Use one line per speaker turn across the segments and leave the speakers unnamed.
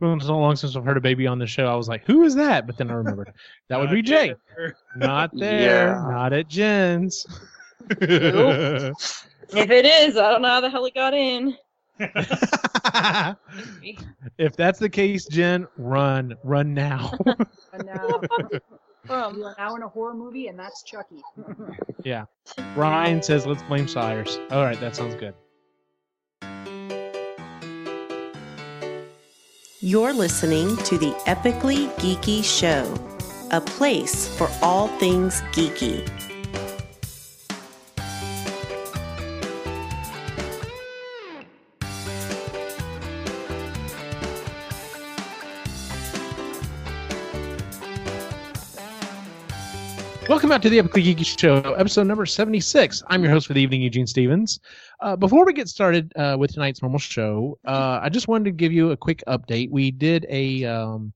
been so long since I've heard a baby on the show. I was like, who is that? But then I remembered that
Uh,
would be Jay. Not there.
Yeah.
Not at Jen's.
Nope. If it is, I don't know how the hell it got in.
if that's the case, Jen, run, run now.
And now
From
you are now in a horror movie, and that's Chucky.
Ryan says, "Let's blame Sires." All right, that sounds good.
You're listening to the Epically Geeky Show, a place for all things geeky.
Welcome back to the Epically Geeky Show, episode number 76. I'm your host for the evening, Eugene Stevens. Uh, before we get started uh, with tonight's normal show, uh, I just wanted to give you a quick update. We did a, um,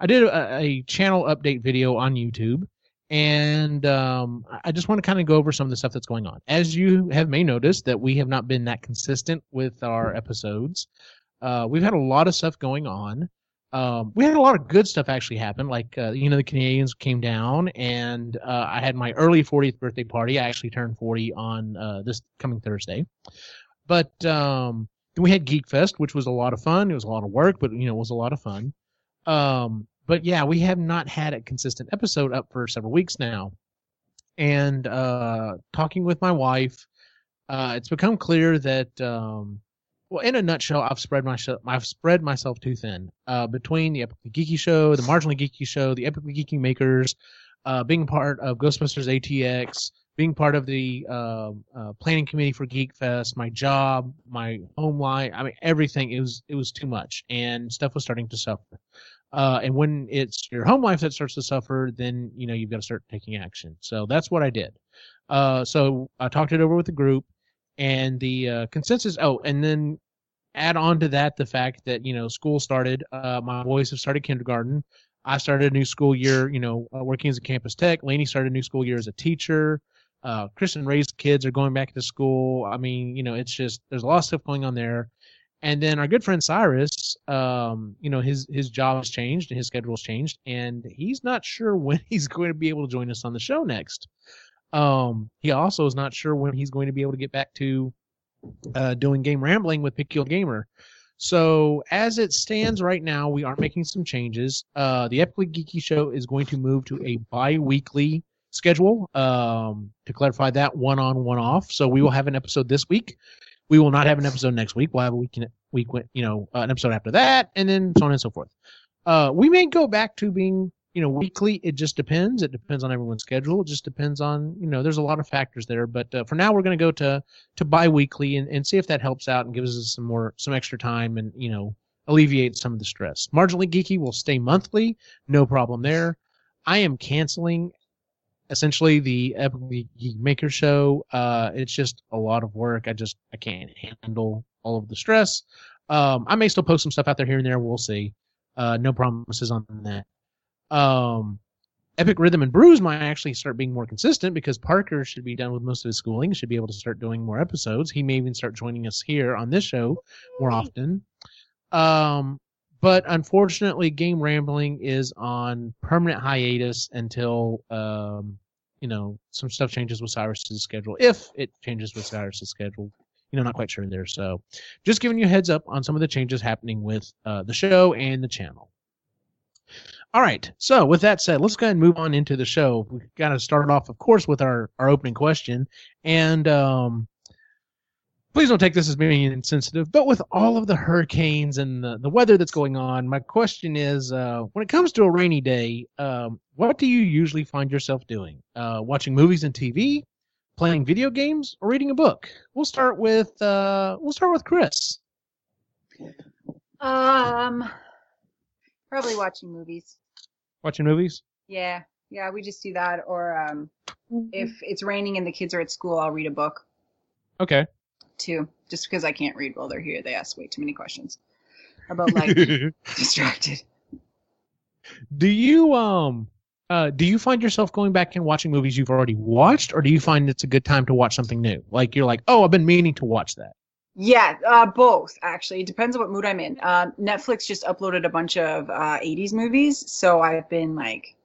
I did a, a channel update video on YouTube, and um, I- I just want to kind of go over some of the stuff that's going on. As you have may noticed, that we have not been that consistent with our episodes. Uh, we've had a lot of stuff going on um, we had a lot of good stuff actually happen. Like uh, you know, the Canadians came down, and uh, I had my early 40th birthday party. I actually turned 40 on uh, this coming Thursday. But um, then we had Geek Fest, which was a lot of fun. It was a lot of work, but you know, it was a lot of fun. Um, but yeah, we have not had a consistent episode up for several weeks now. And uh, talking with my wife, uh, it's become clear that um, well, in a nutshell, I've spread myself. I've spread myself too thin. Uh, between the Epically Geeky Show, the Marginally Geeky Show, the Epically Geeky Makers, uh, being part of Ghostbusters ATX, being part of the um uh, planning committee for Geek Fest, my job, my home life. I mean, everything. It was it was too much, and stuff was starting to suffer. Uh, and when it's your home life that starts to suffer, then you know you've got to start taking action. So that's what I did. Uh, so I talked it over with the group. And the uh, consensus. Oh, and then add on to that the fact that you know school started uh, my boys have started kindergarten i started a new school year you know uh, working as a campus tech laney started a new school year as a teacher uh, chris and ray's kids are going back to school i mean you know it's just there's a lot of stuff going on there and then our good friend cyrus um, you know his his job has changed and his schedule's changed and he's not sure when he's going to be able to join us on the show next um, he also is not sure when he's going to be able to get back to uh, doing game rambling with Pick Your Gamer. So as it stands right now, we are making some changes. Uh, the Epically Geeky Show is going to move to a bi-weekly schedule. Um, to clarify that, one on, one off. So we will have an episode this week. We will not have an episode next week. We'll have a week, week, you know, uh, an episode after that, and then so on and so forth. Uh, we may go back to being, you know, weekly. It just depends. It depends on everyone's schedule. It just depends on, you know, there's a lot of factors there. But uh, for now, we're going to go to to bi-weekly and, and see if that helps out and gives us some more some extra time and you know alleviate some of the stress marginally geeky will stay monthly no problem there i am canceling essentially the epic geek maker show uh it's just a lot of work i just i can't handle all of the stress um i may still post some stuff out there here and there we'll see uh no promises on that um Epic Rhythm and Brews might actually start being more consistent because Parker should be done with most of his schooling, should be able to start doing more episodes. He may even start joining us here on this show more often. Um, but unfortunately, Game Rambling is on permanent hiatus until um, you know some stuff changes with Cyrus's schedule. If it changes with Cyrus's schedule, you know, not quite sure there. So, just giving you a heads up on some of the changes happening with uh, the show and the channel. All right. So with that said, let's go ahead and move on into the show. We've got to start off, of course, with our, our opening question. And um, please don't take this as being insensitive, but with all of the hurricanes and the, the weather that's going on, my question is uh, when it comes to a rainy day, um, what do you usually find yourself doing? Uh, watching movies and TV, playing video games, or reading a book? We'll start with uh, we'll start with Chris.
Um, probably watching movies.
Watching movies?
Yeah, yeah, we just do that. Or um, if it's raining and the kids are at school, I'll read a book
Okay.
too, just because I can't read while they're here. They ask way too many questions about like distracted.
Do you um uh do you find yourself going back and watching movies you've already watched or do you find it's a good time to watch something new? Like you're like, "Oh, I've been meaning to watch that."
Yeah, uh, both actually. It depends on what mood I'm in. Uh, Netflix just uploaded a bunch of uh, '80s movies, so I've been like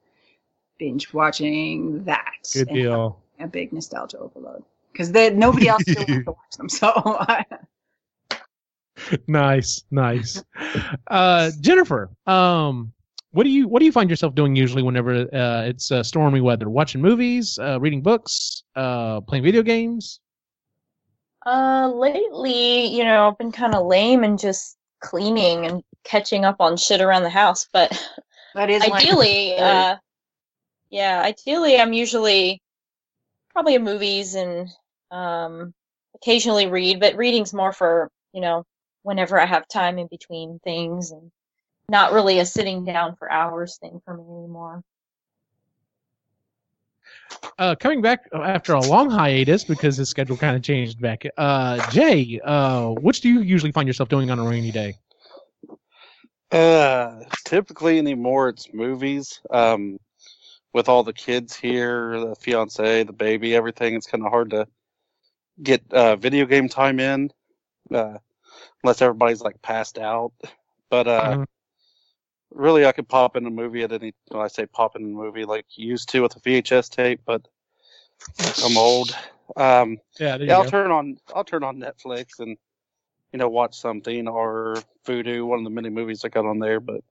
binge watching that.
Good
and
deal.
A big nostalgia overload because nobody else still wants to watch them. So I,
nice, nice. Uh, Jennifer, um, what do you what do you find yourself doing usually whenever uh, it's uh, stormy weather? Watching movies, uh, reading books, uh, playing video games.
Uh, lately, you know, I've been kind of lame and just cleaning and catching up on shit around the house. But
that is like-
ideally, uh, yeah, ideally, I'm usually probably at movies and um, occasionally read, but reading's more for you know whenever I have time in between things and not really a sitting down for hours thing for me anymore.
Uh, coming back after a long hiatus because his schedule kind of changed back. Uh, Jay, uh, what do you usually find yourself doing on a rainy day?
Uh, typically anymore, it's movies. Um, with all the kids here, the fiance, the baby, everything, it's kind of hard to get uh, video game time in, uh, unless everybody's like passed out. But uh,
Mhm.
really, I could pop in a movie at any. Well, I say pop in a movie like you used to with a VHS tape, but I'm old. Um,
Yeah, there
yeah, I'll turn on I'll turn on Netflix and you know watch something or Voodoo, one of the many movies I got on there. But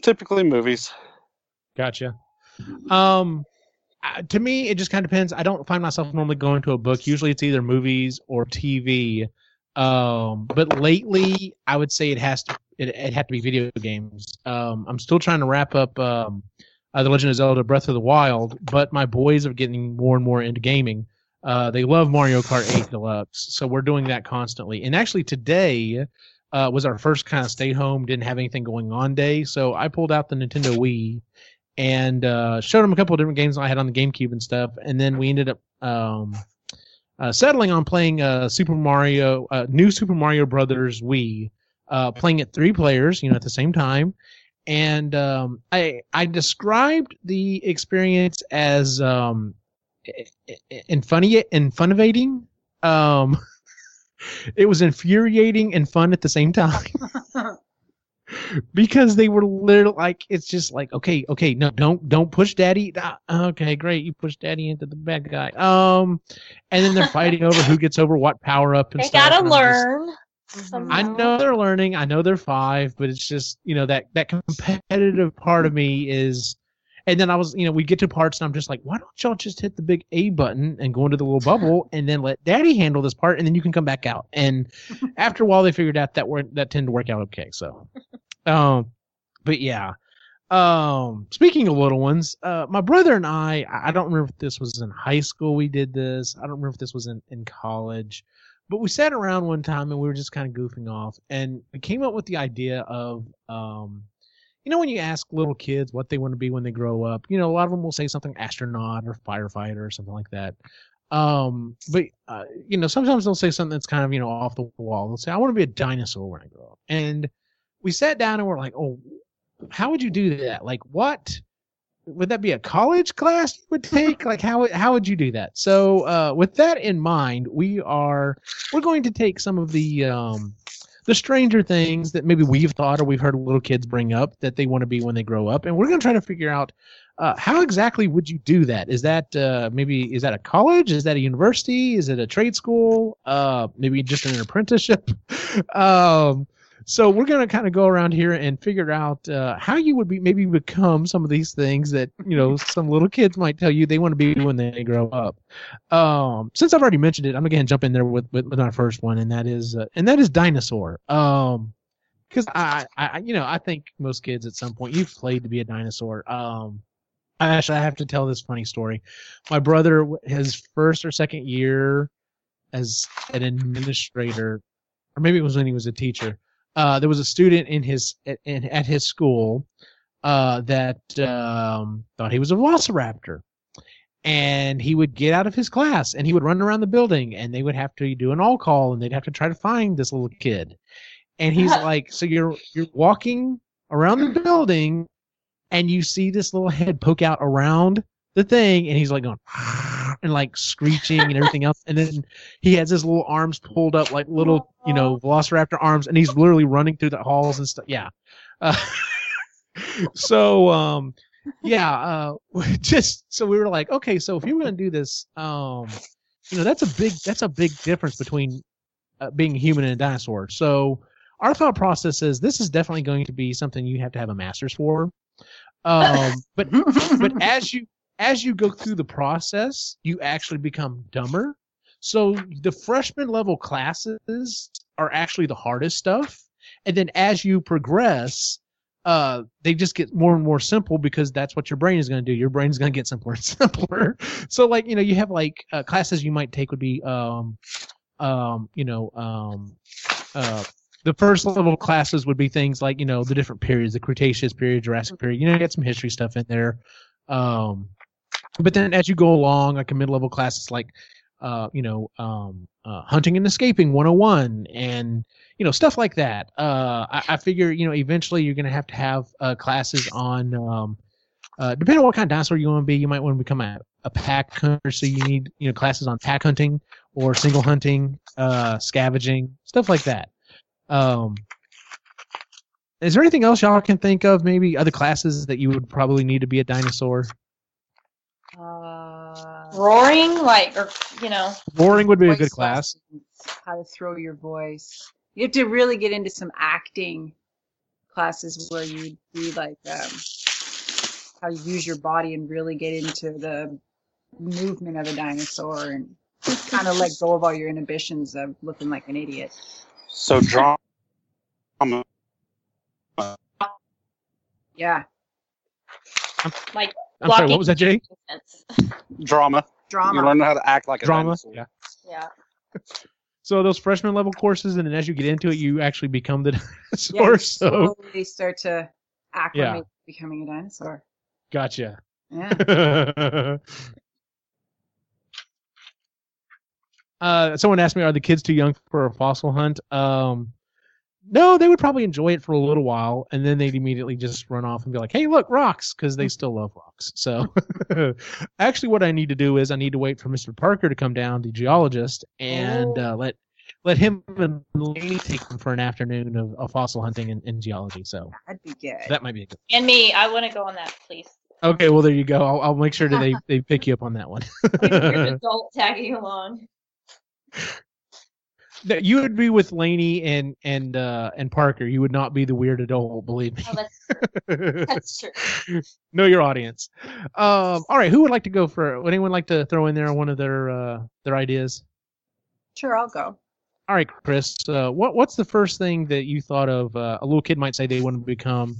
typically movies.
Gotcha. Um, uh, to me, it just kind of depends. I don't find myself normally going to a book. Usually, it's either movies or TV. Um, but lately, I would say it has to it it had to be video games. Um, I'm still trying to wrap up um, uh, the Legend of Zelda: Breath of the Wild, but my boys are getting more and more into gaming. Uh, they love Mario Kart 8 Deluxe, so we're doing that constantly. And actually, today uh, was our first kind of stay home, didn't have anything going on day, so I pulled out the Nintendo Wii and uh, showed him a couple of different games I had on the GameCube and stuff. And then we ended up um, uh, settling on playing uh, Super Mario, uh, New Super Mario Brothers Wii, uh, playing it three players, you know, at the same time. And um, I I described the experience as um, i- i- infunny infunnivating. Um, it was infuriating and fun at the same time because they were literally like it's just like okay okay no don't don't push daddy Ah, okay great you push daddy into the bad guy um and then they're fighting over who gets over what power up and
I
stuff,
gotta
and I'm just-
learn.
I know they're learning. I know they're five, but it's just you know that that competitive part of me is. And then I was, you know, we get to parts, and I'm just like, why don't y'all just hit the big A button and go into the little bubble, and then let Daddy handle this part, and then you can come back out. And after a while, they figured out that were that tend to work out okay. So, um, but yeah, um, speaking of little ones, uh, my brother and I, I I don't remember if this was in high school we did this. I don't remember if this was in, in college but we sat around one time and we were just kind of goofing off and we came up with the idea of um you know when you ask little kids what they want to be when they grow up you know a lot of them will say something astronaut or firefighter or something like that um but uh, you know sometimes they'll say something that's kind of you know off the wall they'll say i want to be a dinosaur when i grow up and we sat down and we're like oh how would you do that like what would that be a college class you would take like how how would you do that so uh with that in mind we are we're going to take some of the um, the stranger things that maybe we've thought or we've heard little kids bring up that they want to be when they grow up, and we're going to try to figure out uh, how exactly would you do that? Is that uh, maybe is that a college? Is that a university? Is it a trade school? Uh, maybe just an apprenticeship? um, so we're going to kind of go around here and figure out uh, how you would be maybe become some of these things that you know some little kids might tell you they want to be when they grow up um since i've already mentioned it i'm gonna jump in there with with, with our first one and that is uh, and that is dinosaur um because I, I I- you know i think most kids at some point you've played to be a dinosaur um I actually i have to tell this funny story my brother w- his first or second year as an administrator or maybe it was when he was a teacher uh there was a student in his at- in, at his school uh that um thought he was a velociraptor and he would get out of his class and he would run around the building and they would have to do an all call and they'd have to try to find this little kid and he's like so you're you're walking around the building and you see this little head poke out around the thing and he's like going "Ah," and like screeching and everything else. And then he has his little arms pulled up like little, you know, velociraptor arms, and he's literally running through the halls and stuff. Yeah. Uh, so, um, yeah, uh, just so we were like, okay, so if you're going to do this, um, you know, that's a big that's a big difference between uh, being a human and a dinosaur. So our thought process is this is definitely going to be something you have to have a master's for. Um, but but as you as you go through the process, you actually become dumber. So the freshman level classes are actually the hardest stuff, and then as you progress, uh, they just get more and more simple because that's what your brain is going to do. Your brain's going to get simpler and simpler. So like you know, you have like uh, classes you might take would be um, um, you know, um, uh, the first level classes would be things like you know the different periods, the Cretaceous period, Jurassic period. You know, you get some history stuff in there. Um, but then as you go along, like a mid level class, it's like uh, you know, um, uh, hunting and escaping 101 and, you know, stuff like that. Uh, I, I figure, you know, eventually you're going to have to have uh, classes on, um, uh, depending on what kind of dinosaur you want to be, you might want to become a, a pack hunter. So you need, you know, classes on pack hunting or single hunting, uh, scavenging, stuff like that. Um, is there anything else y'all can think of? Maybe other classes that you would probably need to be a dinosaur?
Uh,
Roaring, like, or you know,
Roaring would be a good
voice
class.
lessons, How to throw your voice. You have to really get into some acting classes where you do like um, how you use your body and really get into the movement of a dinosaur and kind of let go of all your inhibitions of looking like an idiot.
So drama.
Yeah,
I'm sorry,
blocking-
what was that, Jay?
Drama. You
drama.
learn how to act like a
Drama.
dinosaur.
Yeah.
yeah,
So those freshman level courses, and then as you get into it, you actually become the dinosaur.
you
so
slowly start to acclimate to becoming a dinosaur.
gotcha.
Yeah.
uh, someone asked me, "Are the kids too young for a fossil hunt?" Um, no, they would probably enjoy it for a little while, and then they'd immediately just run off and be like, "Hey, look, rocks!" because they still love rocks. So, actually, what I need to do is I need to wait for Mr. Parker to come down, the geologist, and uh, let let him and Laney take them for an afternoon of, of fossil hunting and, and geology. So
That'd be good.
that might be a good.
and me, I want to go on that, please.
Okay, well there you go. I'll, I'll make sure that they, they pick you up on that one.
You're an adult tagging along.
That you would be with Laney and and uh, and Parker. You would not be the weird adult, believe
Oh, that's
me.
that's true.
know your audience. Um, all right, who would like to go for? Would anyone like to throw in there one of their uh, their ideas?
Sure, I'll go.
All right, Chris. Uh, what what's the first thing that you thought of? Uh, a little kid might say they want to become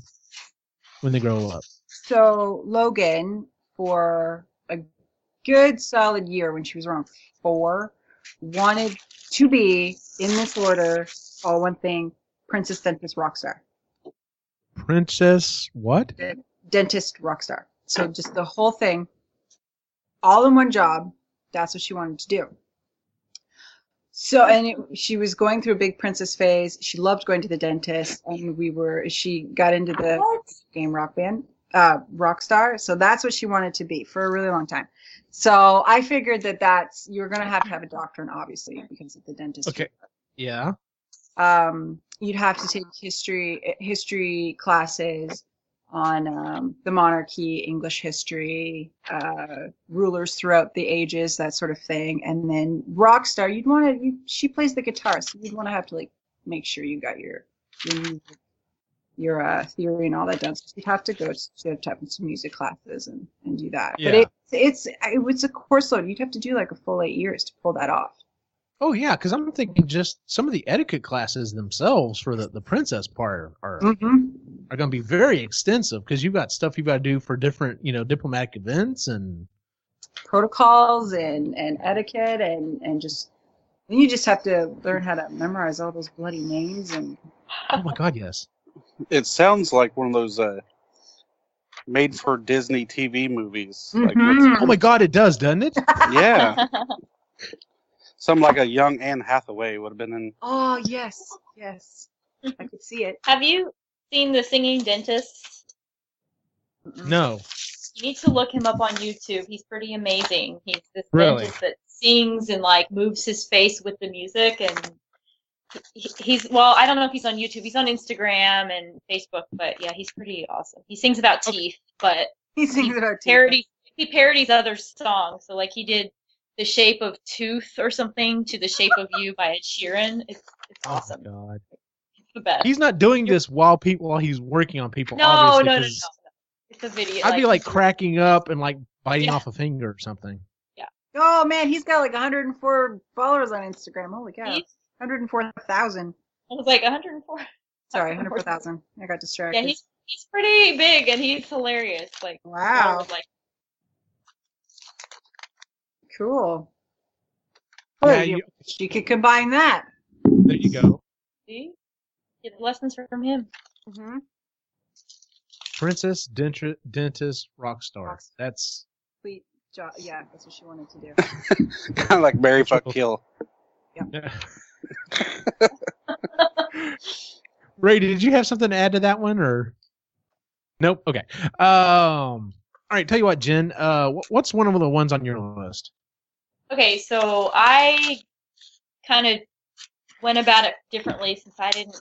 when they grow up.
So Logan, for a good solid year when she was around four, wanted to be in this order, all one thing, Princess Dentist Rockstar.
Princess what?
Dentist Rockstar. So just the whole thing, all in one job. That's what she wanted to do. So and it, she was going through a big princess phase. She loved going to the dentist, and we were. She got into the game rock band uh rock star so that's what she wanted to be for a really long time so i figured that that's you're gonna have to have a doctorate obviously because of the dentist
Okay. Yeah.
um you'd have to take history history classes on um, the monarchy english history uh rulers throughout the ages that sort of thing and then rock star you'd want to you, she plays the guitar so you'd want to have to like make sure you got your your music- your uh, theory and all that done. So you'd have to go to, you'd have to have some music classes and, and do that. But
Yeah.
it, it's it was a course load. You'd have to do like a full eight years to pull that off.
Oh yeah, because I'm thinking just some of the etiquette classes themselves for the, the princess part are
Mm-hmm.
are going to be very extensive because you've got stuff you've got to do for different you know diplomatic events and
protocols and, and etiquette and, and just then you just have to learn how to memorize all those bloody names and
oh my god yes
It sounds like one of those uh, made for Disney TV movies. Like,
Mm-hmm.
Mhm.
oh my god it does doesn't it
yeah. Some like a young Anne Hathaway would have been in.
oh yes yes i could see it
Have you seen the singing dentist?
no
You need to look him up on YouTube. He's pretty amazing. He's this
Really?
dentist that sings and like moves his face with the music, and he, he's well. I don't know if he's on YouTube. He's on Instagram and Facebook, but yeah, he's pretty awesome. He sings about
Okay.
teeth, but
He sings about teeth.
parodies he parodies other songs. So like he did "The Shape of Tooth" or something to "The Shape of You" by Ed Sheeran. It's it's awesome.
Oh, my God.
It's the best.
He's not doing this while people while he's working on people.
no, no,
obviously,
no, no, no.
'cause
It's a video.
I'd be like cracking up and like biting
Yeah.
off a finger or something.
Oh man, he's got like 104 followers on Instagram. Holy cow,
he's,
104,000.
I was like 104.
Sorry, 104,000. I got distracted.
Yeah, he's he's pretty big and he's hilarious. Like I
wow,
was like
cool. Oh,
Yeah,
you,
you,
she could combine that.
there you go.
see, get lessons from him.
Mm-hmm.
Princess Dentri- Dentist Rockstar.
Rockstar.
That's
Sweet job. Yeah, that's what she wanted to do.
kind of like Mary
Oh.
Fuck Kill.
Ray. Did you have something to add to that one or? Nope. Okay. Um. All right. Tell you what, Jen. Uh, wh- what's one of the ones on your list?
Okay, so I kind of went about it differently since I didn't,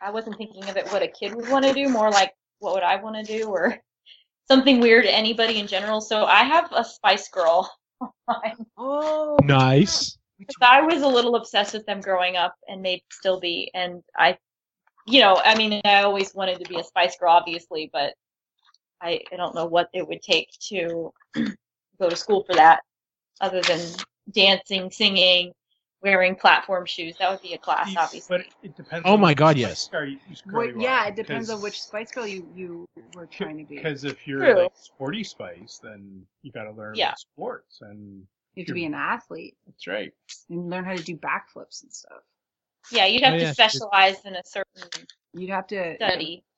I wasn't thinking of it what a kid would want to do, more like what would I want to do or something weird to anybody in general. So I have a Spice Girl.
Oh,
Nice.
Because I was a little obsessed with them growing up and may still be. And I, you know, I mean, I always wanted to be a Spice Girl, obviously, but I, I don't know what it would take to go to school for that other than dancing, singing, wearing platform shoes. That would be a class, obviously.
But it depends.
Oh
on
my
which
God,
Spice
yes.
Girl you- whose girl
What-
you
yeah,
are,
it depends on
because-
which Spice Girl you, you were trying to be.
Because if you're
True.
like sporty Spice, then you got to learn
Yeah.
sports, and
You have to be an athlete
that's right.
and learn how to do backflips and stuff.
Yeah, you'd have
Oh,
to
yeah, she did.
specialize in a certain
You'd have to.
study.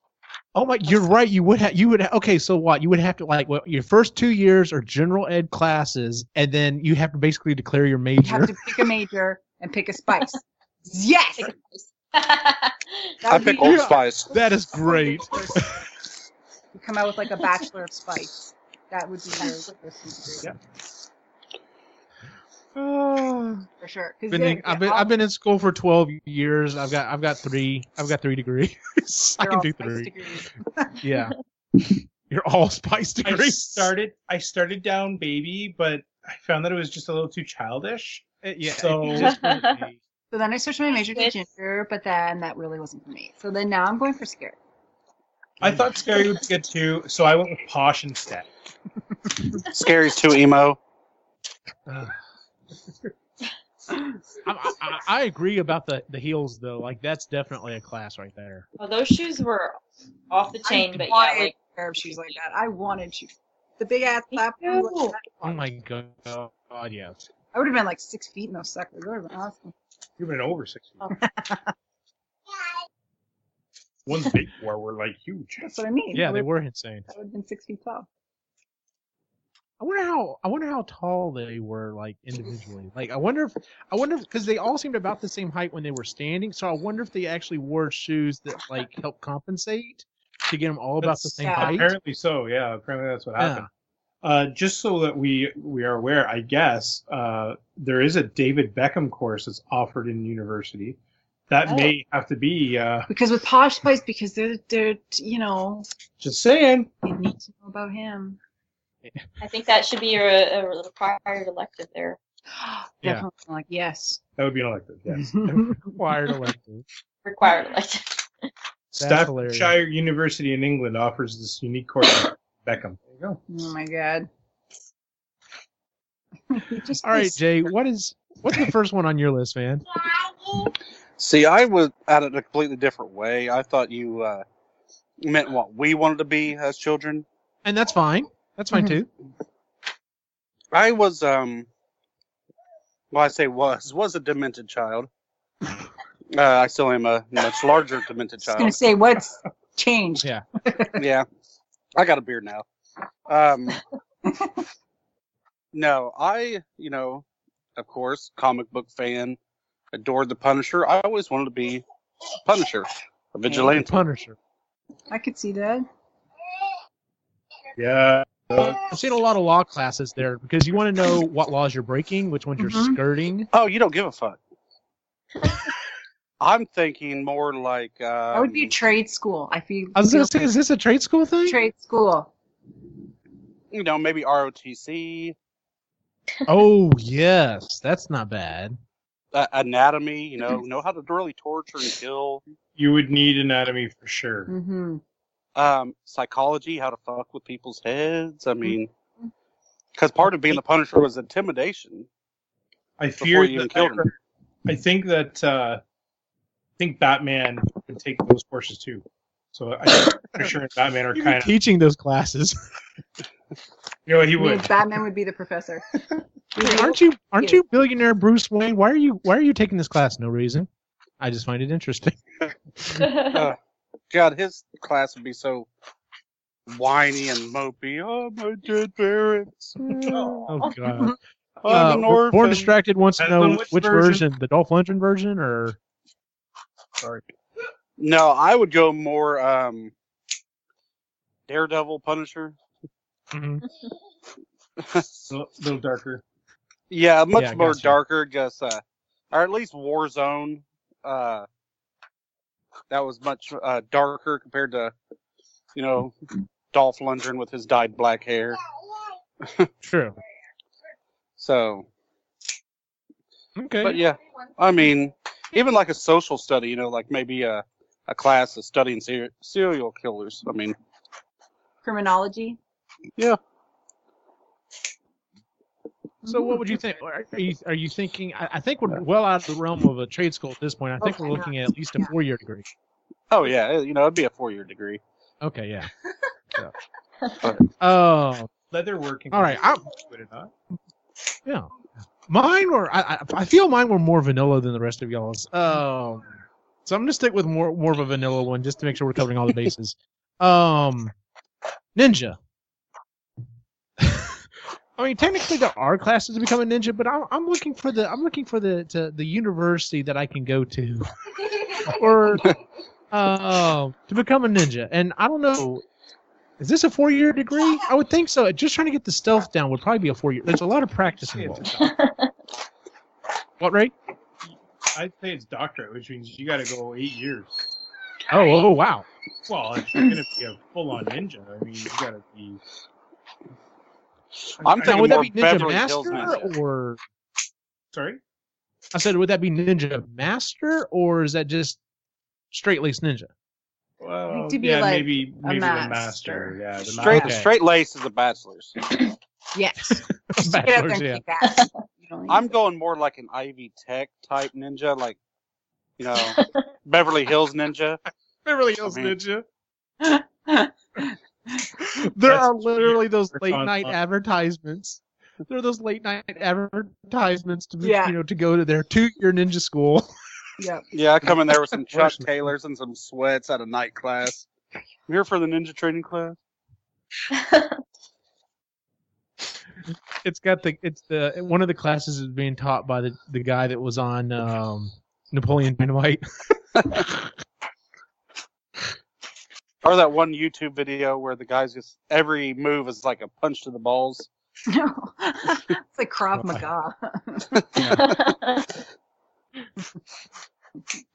Oh my, you're right. You would have, you would, ha- okay. So what? You would have to like, well, your first two years are general ed classes, and then you have to basically declare your
You
major.
have to pick a major and pick a spice. yes, That
I
would be
pick Old
good.
Spice.
that is great.
You come out with like a bachelor of spice. That would be your first degree
Ah.
for sure. 'Cause
Been
they're-
in- I've
they're
been
all-
I've been in school for twelve years. I've got I've got three I've got three degrees. I
they're
can
all
do
spice
three.
degrees.
Yeah. You're all spice
I
degrees.
started. I started down baby, but I found that it was just a little too childish.
Uh, Yeah.
So
it just-
So then I switched my major to
Yes.
ginger, but then that really wasn't for me. So then now I'm going for scared.
I thought scary would be good too, so I went with posh instead.
Scary's too emo.
I, I, I agree about the the heels though. Like that's definitely a class right there.
well, those shoes were off the chain, but yeah,
wanted
like,
a pair of shoes like that. I wanted shoes. The big ass
Me
platform. like
too.
that.
Oh my god. Oh, god yeah.
I would have been like six feet in those suckers. That would have been awesome.
You've been over six.
Oh.
One's big four were like huge.
That's what I mean.
Yeah,
I
they
would-
were insane.
I would have been six feet tall.
I wonder how I wonder how tall they were like individually. Like I wonder if I wonder if because they all seemed about the same height when they were standing. So I wonder if they actually wore shoes that like help compensate to get them all about the
That's-
same
yeah.
height.
Apparently so, yeah. Apparently that's what happened. Uh, just so that we we are aware, I guess uh, there is a David Beckham course that's offered in university. That
Oh.
may have to be. Uh,
Because with Posh Spice, because they're they're you know
just saying.
they need to know about him.
I think that should be your a, a required elective there.
Yeah.
Definitely like yes.
That would be an elective. Yes.
Required elective.
Required elective.
hilarious.
Staffordshire University in England offers this unique course. on Beckham. There you go.
Oh my god. He just
All right,
is-
Jay. What is what's the first one on your list, man?
See, I was at it a completely different way. I thought you uh, meant what we wanted to be as children.
And that's fine. That's fine
Mhm.
too.
I was, um, well, I say was was a demented child. Uh, I still am a much larger demented
just gonna
child.
say what's changed.
Yeah.
Yeah, I got a beard now. Um, no, I, you know, of course, comic book fan, adored the Punisher. I always wanted to be Punisher, a vigilante.
Punisher.
I could see that.
Yeah.
I've seen a lot of law classes there because you want to know what laws you're breaking, which ones
Mhm.
you're skirting.
Oh, you don't give a fuck. I'm thinking more like um,
that would be a trade school. I feel.
I was going to say, is this a trade school thing?
trade school.
you know maybe ROTC
Oh, yes. That's not bad.
uh, anatomy. You know,
Mm-hmm.
know how to really torture and kill.
You would need anatomy for sure.
Mm-hmm.
Um, psychology, how to fuck with people's heads. I
Mm-hmm.
mean, because part of being the Punisher was intimidation.
I
Before
fear
you
that
killed him.
I think that uh, I think Batman would take those courses too. So I think Punisher and Batman are
You're
kind of
teaching those classes.
you know he would.
Batman would be the professor.
aren't you aren't you billionaire Bruce Wayne? Why are you why are you taking this class? No reason. I just find it interesting.
Uh, God, his class would be so whiny and mopey. Oh, my dead parents.
Oh god. Uh,
I'm an
we're-
orphan.
More distracted wants to
Depends
know
on
which,
which
version?
version.
the Dolph Lundgren version or
Sorry.
No, I would go more um, Daredevil, Punisher.
A little, little darker.
Yeah, much
Yeah, I
more
gotcha.
darker, just uh, or at least Warzone. Uh, that was much uh, darker compared to, you know, Dolph Lundgren with his dyed black hair.
True.
So,
Okay.
but yeah, I mean, even like a social study, you know, like maybe a a class of studying ser- serial killers. I mean,
criminology?
So what would you think? Are are you are you thinking? I, I think we're well out of the realm of a trade school at this point. I think
Okay,
we're looking at at least a
yeah.
four year degree.
oh yeah, you know, it'd be a four year degree.
Okay, yeah. So.
But-
Oh
Leather working.
All right, I'm-
Would it not?
yeah. Mine were I, I I feel mine were more vanilla than the rest of y'all's. Um, so I'm gonna stick with more more of a vanilla one just to make sure we're covering all the bases. um, ninja. I mean, technically there are classes to become a ninja, but I'm, I'm looking for the I'm looking for the to, the university that I can go to, or uh, to become a ninja. And I don't know, is this a four year degree? I would think so. Just trying to get the stealth down would probably be a four year. There's a lot of practice
Say it's
involved.
a doc-
What right?
I'd say it's doctorate, which means you got to go eight years.
Oh, oh wow.
Well, if you're gonna be a full-on ninja, I mean, you got to be.
I'm
I-
Now,
thinking
would that
more
be ninja
Beverly Hills
master
Ninja.
or
Sorry.
I said would that be ninja master or is that just straight laced ninja?
Well,
to be
yeah,
like
maybe maybe the
master.
master. Yeah, the
Straight
Okay.
straight lace is a bachelor's.
Yes. Just get up there
Backwards,
and
yeah.
kick ass. You don't need
I'm
to-
going more like an Ivy Tech type ninja, like you know, Beverly Hills ninja.
Beverly
Hills
Ninja.
Ninja.
There
That's
are literally those
Work
late
on
night
up.
advertisements. There are those late night advertisements to be,
Yeah.
you know to go to their two year ninja school.
Yep.
Yeah, I come in there with some Chuck
Worse.
Taylors and some sweats at a night class. I'm here for the ninja training class.
It's got the it's the one of the classes is being taught by the, the guy that was on um, Napoleon Dynamite.
Or that one YouTube video where the guys just every move is like a punch to the balls.
No. it's like Krav Maga.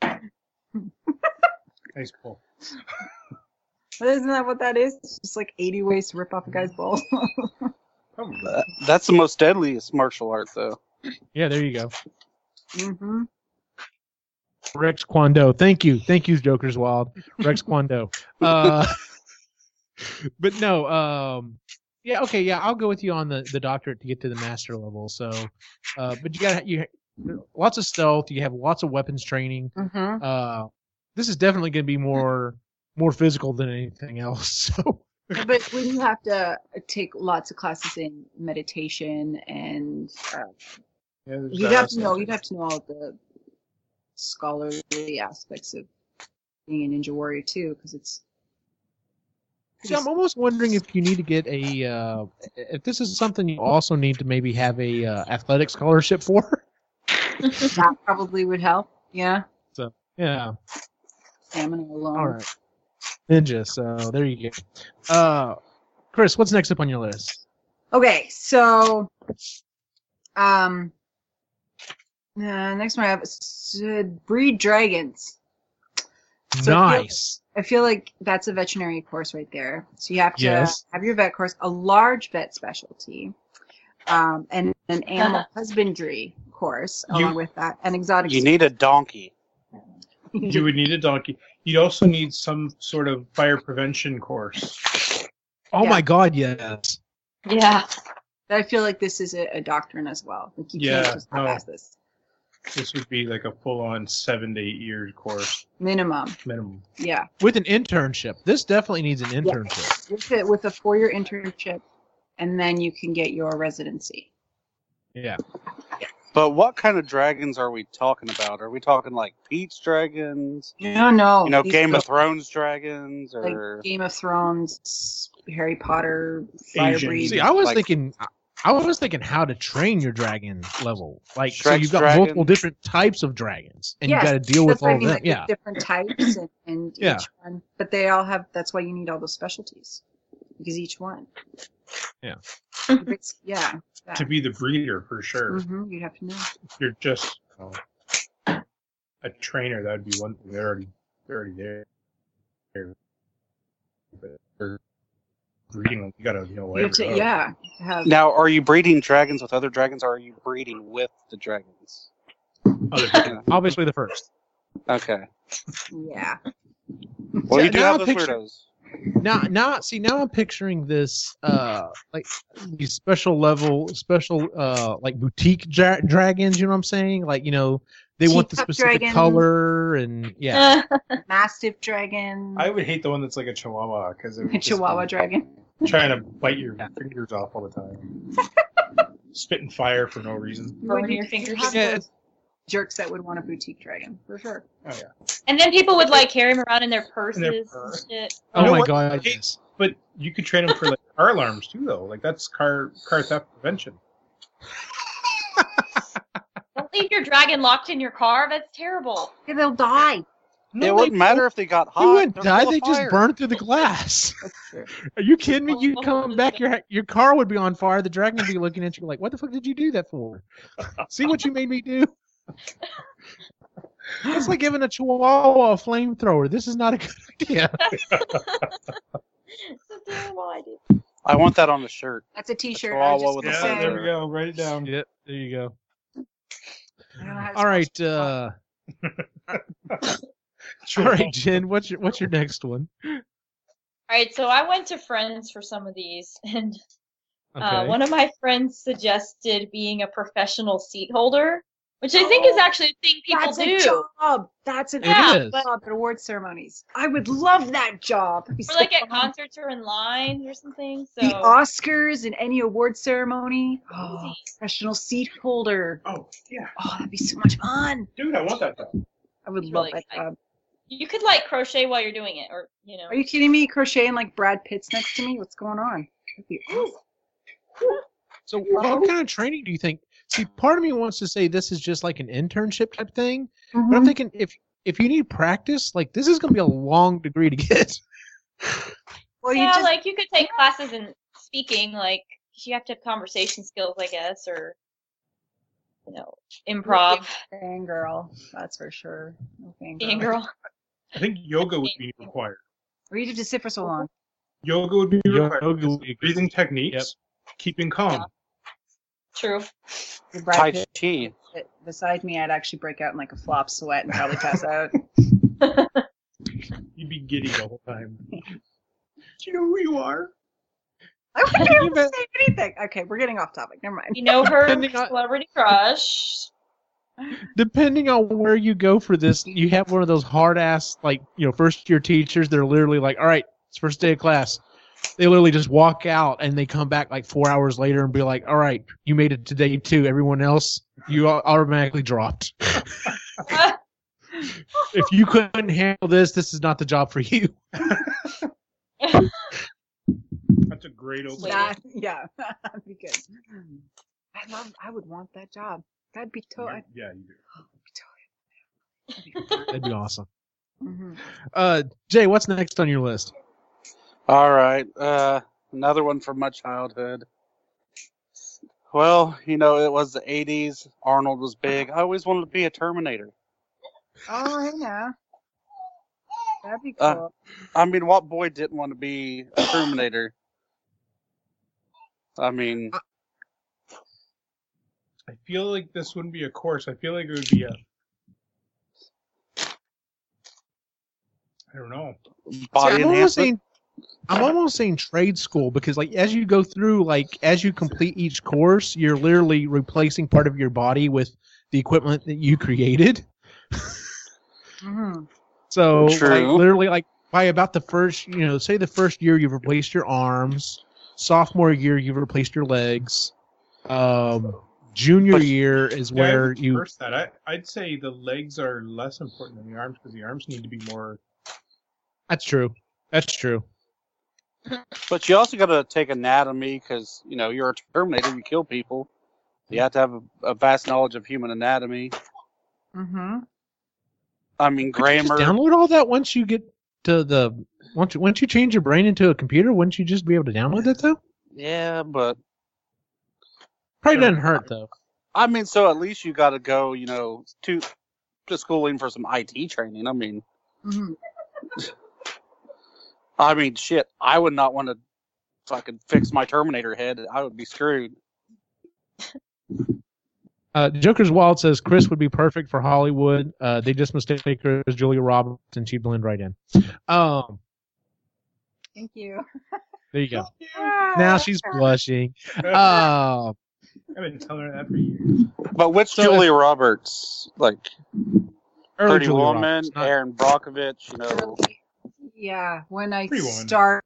Nice pull.
But isn't that what that is? It's just like 80 ways to rip off a guy's balls.
Probably.
That- That's the most deadliest martial art, though.
Yeah, there you go.
mm-hmm.
Rex Kwando. Thank you. Thank you, Joker's Wild. Rex Kwando. Uh, but no, um, yeah, okay, yeah, I'll go with you on the, the doctorate to get to the master level. So, uh, but you got you lots of stealth. You have lots of weapons training.
Mm-hmm.
Uh, this is definitely going to be more more physical than anything else. So,
But when you have to uh, take lots of classes in meditation and uh,
Yeah, there's
you'd
that
have to
aspect.
know you'd have to know all the scholarly aspects of being a ninja warrior too because it's
See, I'm almost wondering if you need to get a uh, if this is something you also need to maybe have a uh, athletic scholarship for.
that probably would help yeah
yeah.
stamina alone
All right. Ninja. So there you go. Uh, Chris, what's next up on your list?
Okay, so um uh, next one I have is, uh, breed dragons. So I feel-
nice.
I feel like that's a veterinary course right there. So you have to
Yes.
have your vet course, a large vet specialty, um, and an animal husbandry course
You-
along with that, and exotic.
You need a donkey.
You would need a donkey. You'd also need some sort of fire prevention course.
Oh
yeah.
my God, yes.
Yeah.
I feel like this is a, a doctrine as well. Like you
Yeah,
can't just
no.
pass this
This would be like a full-on seven to eight-year course
minimum.
minimum.
Yeah,
With an internship. This definitely needs an internship.
with it with a four-year internship, and then you can get your residency.
Yeah.
But what kind of dragons are we talking about? Are we talking like Pete's dragons?
No, no,
you know,
these
Game
are
of Thrones dragons,
like
or
Game of Thrones, Harry Potter,
Asian.
Firebreed.
See, I was
Like-
thinking. I- I was thinking how to train your dragon level. Like, so
Shrek's
you've got
dragon.
multiple different types of dragons, and
Yes,
you got to deal with
that's what
all
I
of
mean,
them.
like,
Yeah.
different types and, and
Yeah.
each one, but they all have. That's why you need all those specialties because each one.
Yeah.
It's- yeah.
To be the breeder for sure.
hmm you'd have to know.
If you're just you know, a trainer, that would be one thing. They're already they're already there. But for breeding them, you gotta know
You have to,
every-
yeah. you have to have-
now are you breeding dragons with other dragons, or are you breeding with the dragons?
other people.
Obviously, the first.
Okay.
yeah.
Well,
Yeah,
you do
now
have
I
those
picture-
weirdos.
now now see now i'm picturing this uh like these special level special uh like boutique dra- dragons you know what i'm saying like you know they want the
Teacup
specific
dragons.
color and yeah
Mastiff dragon.
I would hate the one that's like a chihuahua because it would just
Chihuahua
be
dragon.
trying to bite your fingers off all the time, spitting fire for no reason.
You
Burn
would need
your
to
fingers.
have
Yeah.
those jerks that would want a boutique dragon for sure.
and then people would like carry them around in their purses
purse.
and shit.
oh
You know
my
what?
god
Hey,
yes.
But you could train them for like car alarms too, though. Like that's car car theft prevention.
Don't leave your dragon locked in your car. That's terrible.
Yeah, they'll die.
No,
it
they
wouldn't matter if they got
won't.
hot.
they wouldn't
They're
die
full of
they just
fire.
burned through the glass
true.
are you kidding me you'd
Well,
come back your your car would be on fire the dragon would be looking at you like what the fuck did you do that for see what you made me do it's like giving a chihuahua a flamethrower this is not a good idea
It's a terrible idea.
I want that on a shirt.
That's a T-shirt. I
Chihuahua
was just
with
gonna
a
Yeah,
say.
there we go. Write it down.
Yep, there you go.
I don't know how to
All right,
spell chihuahua.
uh, all right, Jen. What's your what's your next one?
All right, so I went to friends for some of these, and
Okay.
Uh, one of my friends suggested being a professional seat holder, which I think is actually a thing people
That's
do.
a job. That's an
It
actual
is.
job at award ceremonies. I would love that job. It'd be
Or
so
like at
fun.
concerts or in lines or something. So
the Oscars and any award ceremony. Oh,
Easy.
professional seat holder.
Oh yeah,
Oh, that'd be so much fun.
dude, I want that job.
I would
It's
love
really
that job.
you could like crochet while you're doing it, or you know.
Are you kidding me? Crocheting like Brad Pitt's next to me? What's going on? That'd be awesome.
so, what kind of training do you think? See, part of me wants to say this is just like an internship type thing, but
Mm-hmm.
I'm
Mhm.
thinking if if you need practice, like this is going to be a long degree to get.
Well, you
yeah,
just
like you could take classes in speaking, like 'cause you have to have conversation skills, I guess, or you know, improv,
fangirl. That's for sure. No
being
Fangirl.
girl.
I think yoga would be required.
Or you just sit for so long.
Yoga would be required.
Yoga would be-
breathing techniques, keeping calm.
True.
With
Tai
Brad Pitt
Chi.
sit beside me, I'd actually break out in like a flop sweat and probably pass out.
You'd be giddy the whole time. Do you know who you are?
I wouldn't be able
bet.
to say anything. Okay, we're getting off topic. Never mind.
You know her
Depending on-
celebrity crush.
Depending on where you go for this, you have one of those hard ass like you know first year teachers. They're literally like, all right, it's first day of class. They literally just walk out and they come back like four hours later and be like, all right, you made it to day two. Everyone else, you au- automatically dropped. if you couldn't handle this, this is not the job for you.
That's a great opening.
Yeah, yeah, that'd be good. I love. I would want that job. That'd be oh,
You-
totally.
yeah, you do.
That'd be awesome.
hmm
Uh, Jay, what's next on your list?
All right. Uh, Another one from my childhood. Well, you know, it was the 80s. Arnold was big. I always wanted to be a Terminator.
Oh, hey now. That'd be cool.
Uh, I mean, what boy didn't want to be a Terminator? I mean,
Uh,
I feel like this wouldn't be a course. I feel like it would be a. I don't know.
body
I'm almost
enhancement.
saying I'm almost saying trade school because like as you go through like as you complete each course, you're literally replacing part of your body with the equipment that you created.
Mhm.
So like,
True.
literally like by about the first, you know, say the first year you've replaced your arms, sophomore year you've replaced your legs. Um junior
But-
year is
Yeah, I
where
would
you
reverse that. I, I'd say the legs are less important than the arms because the arms need to be more.
That's true. That's true.
But you also got to take anatomy because, you know, you're a Terminator, you kill people. You have to have a, a vast knowledge of human anatomy.
Mhm.
I mean,
Couldn't you
grammar.
Just download all that once you get to the once you, once you change your brain into a computer, wouldn't you just be able to download that though?
Yeah, but
Probably
Sure.
doesn't hurt though.
I mean, so at least you got to go, you know, to to schooling for some IT training. I mean,
Mhm.
I mean, shit, I would not want to fucking fix my Terminator head. I would be screwed.
Uh, Joker's Wild says Chris would be perfect for Hollywood. Uh, they just mistake her as Julia Roberts, and she'd blend right in. Um,
Thank you.
there you go. Now she's blushing. Uh,
I've been telling her that for years.
But which
So if-
Julia Roberts? Like
early
Pretty
Julia
Woman, eh.
Roberts, not-
Aaron Brockovich, you
Oh.
know.
Yeah, when I
Pretty Woman.
started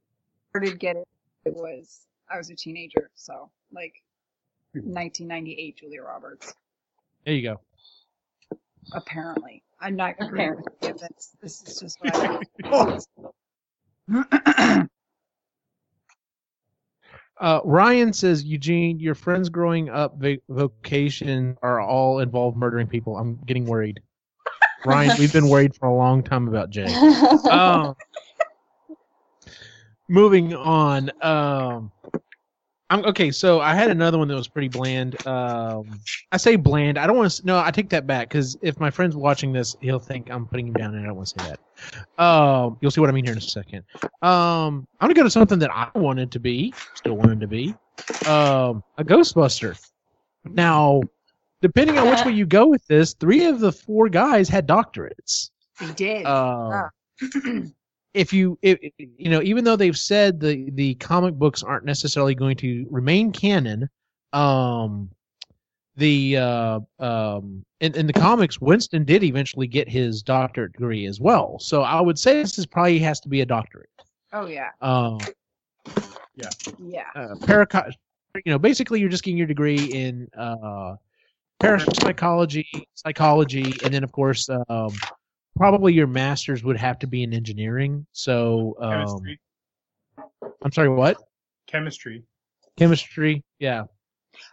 getting it was I was a teenager, so like 1998 Julia Roberts.
there you go.
Apparently, I'm not agreeing with you. That's, this is just what I.
Uh, Ryan says Eugene, your friends growing up va- vocation are all involved murdering people. I'm getting worried. Ryan, we've been worried for a long time about Jay. um, moving on. Um, I'm okay. So I had another one that was pretty bland. Um, I say bland. I don't want to. No, I take that back because if my friend's watching this, he'll think I'm putting him down, and I don't want to say that. Um, you'll see what I mean here in a second. Um, I'm gonna go to something that I wanted to be, still wanted to be, um, a Ghostbuster. Now, depending on which way you go with this, three of the four guys had doctorates.
They did.
Um, if you if, you know even though they've said the the comic books aren't necessarily going to remain canon um the uh um in, in the comics winston did eventually get his doctorate degree as well so i would say this is probably has to be a doctorate
oh yeah,
um
yeah.
uh, paraco- you know, basically you're just getting your degree in uh, parapsychology, psychology, and then of course, um, probably your master's would have to be in engineering. So, um,
Chemistry.
I'm sorry, what?
Chemistry.
Chemistry? Yeah.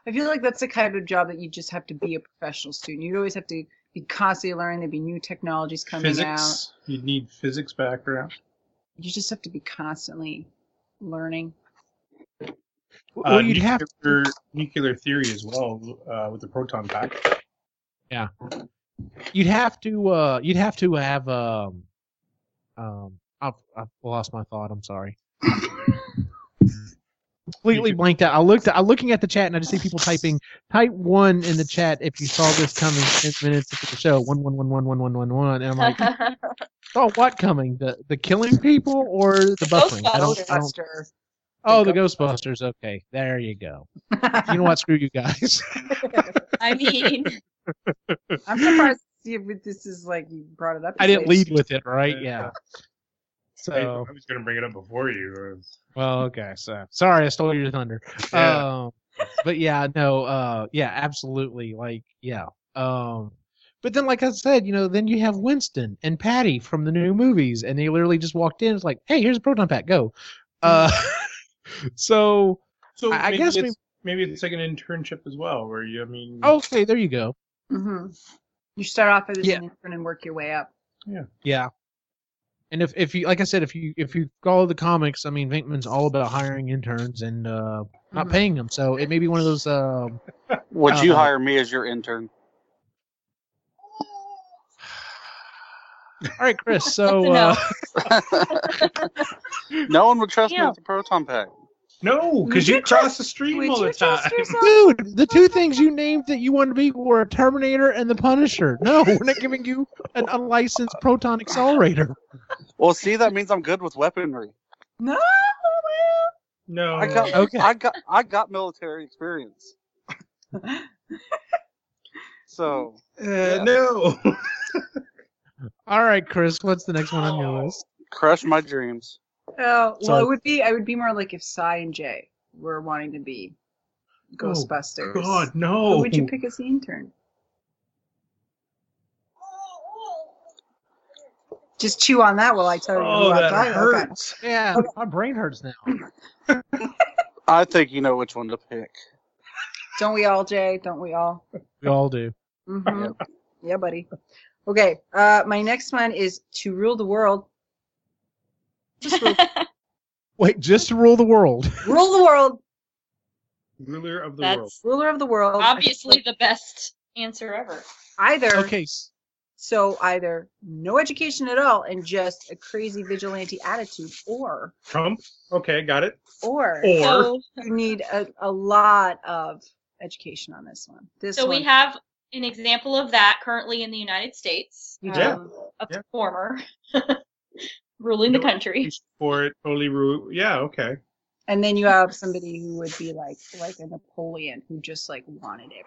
I feel like that's the kind of job that you just have to be a professional student. You'd always have to be constantly learning. There'd be new technologies coming out.
Physics. You'd need physics background.
You just have to be constantly learning.
Well, you'd
Uh, nuclear,
have
nuclear theory as well uh, with the proton pack.
you'd have to uh, you'd have to have um, um, I've, I've lost my thought. I'm sorry. Completely blanked out. I looked. I'm looking at the chat, and I just see people typing. Type one in the chat if you saw this coming ten minutes into the show. One one one one one one one one. And I'm like, saw what coming? The the killing people or the buffering? I don't, I don't-
Ghostbuster.
oh, the Ghostbusters. Okay, there you go. You know what? Screw you guys.
I mean,
I'm surprised to see if this is like you brought it up.
I didn't
today.
lead with it, right? Yeah.
Hey,
So.
I was going to bring it up before you.
Well, okay. So sorry, I stole your thunder.
Yeah.
Um, but yeah, no, uh, yeah, absolutely. Like, yeah. Um, but then, like I said, you know, then you have Winston and Patty from the new movies, and they literally just walked in. It's like, hey, here's a proton pack. Go. Uh, so
So
I- I
Uh, maybe
guess Oh,
it's, maybe it's like an internship as well, where you. I mean,
okay, there you go.
Mhm. Mm-hmm. You start off as
Yeah.
an intern and work your way up.
Yeah. And if, if you like I said, if you if you follow the comics, I mean Vinkman's all about hiring interns and uh, not
Mhm.
paying them. So it may be one of those. Um,
Would you
Uh,
hire me as your intern?
all right, Chris. So
That's a
uh,
no one would trust me
Yeah.
with the proton pack.
No, because
Would you
you cross the stream
Would
all the
you
time.
trust yourself?
dude, the two things you named that you wanted to be were Terminator and the Punisher. No, we're not giving you an unlicensed proton accelerator.
Well, see, that means I'm good with weaponry.
No, well,
No,
I got,
Okay.
I got, I got military experience. So
uh, no.
All right, Chris. What's the next one on
Oh.
your list?
crush my dreams.
Uh, well,
Sorry.
it would be. I would be more like if Cy and Jay were wanting to be
Oh,
Ghostbusters.
God,
Who
no.
Oh, would you pick as the intern? Just chew on that while I tell you.
Oh,
who I'm
that
talking about. Okay.
hurts.
Yeah, my brain hurts now.
I think you know which one to pick.
Don't we all, Jay? Don't we all?
We all do.
hmm Yeah, buddy. Okay, uh, my next one is to rule the world. Just rule,
Wait, just to rule the world.
rule the world,
Ruler of the world.
That's
ruler of the world.
obviously the best answer ever.
either.
Okay. s-
So either no education at all and just a crazy vigilante attitude, or
Trump. Okay, got it.
or
Or
So,
you need a, a lot of education on this one. This
so
one,
we have an example of that currently in the United States.
We
do.
um, A
Yeah.
performer ruling the country.
for it totally ru Yeah, okay.
and then you have somebody who would be like like a Napoleon who just like wanted it.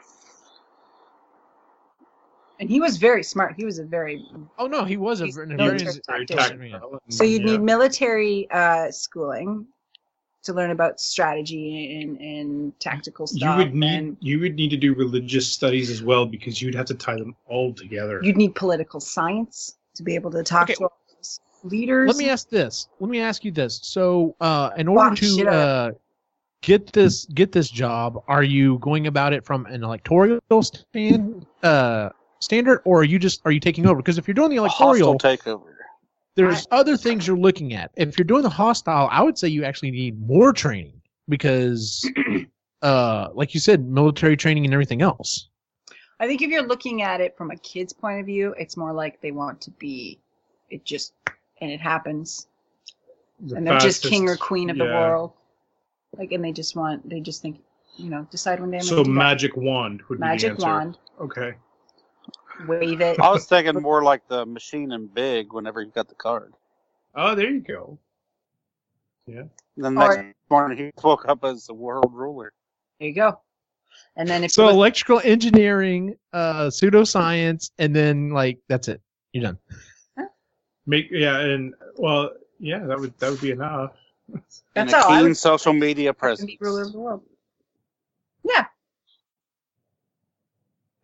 And he was very smart. He was a very
Oh no, he was a,
He's
a
no
very
church
Very
tactician.
tactical.
So you'd
Yeah.
need military uh, schooling to learn about strategy and, and tactical
You
stuff.
would need
and
you would need to do religious studies as well because you'd have to tie them all together.
you'd need political science to be able to talk
Okay.
to all those leaders.
Let me ask this. Let me ask you this. So, uh, in order
Fuck,
to
shit up.
uh, get this get this job, are you going about it from an electoral stand, uh, standard, or are you just are you taking over? Because if you're doing the
Hostile
electoral,
takeover.
there's other things you're looking at. If you're doing the hostile, I would say you actually need more training because, uh, like you said, military training and everything else.
I think if you're looking at it from a kid's point of view, it's more like they want to be. It just and it happens,
The
and they're just
fastest-
king or queen of the
yeah.
world. Like, and they just want. They just think, you know, decide when they
So magic wand would be
magic
the answer.
wand,
Okay.
wave it.
I was thinking more like the machine and big whenever you got the card.
Oh, there you go.
And then
Or-
next morning he woke up as the world ruler.
There you go. And then if
So
you look-
electrical engineering, uh, pseudoscience, and then like that's it. You're done.
Make yeah, and well, yeah, that would that would be enough.
And
That's
a
all I
keen
was-
social media
and
presence.
be ruler of the world. Yeah.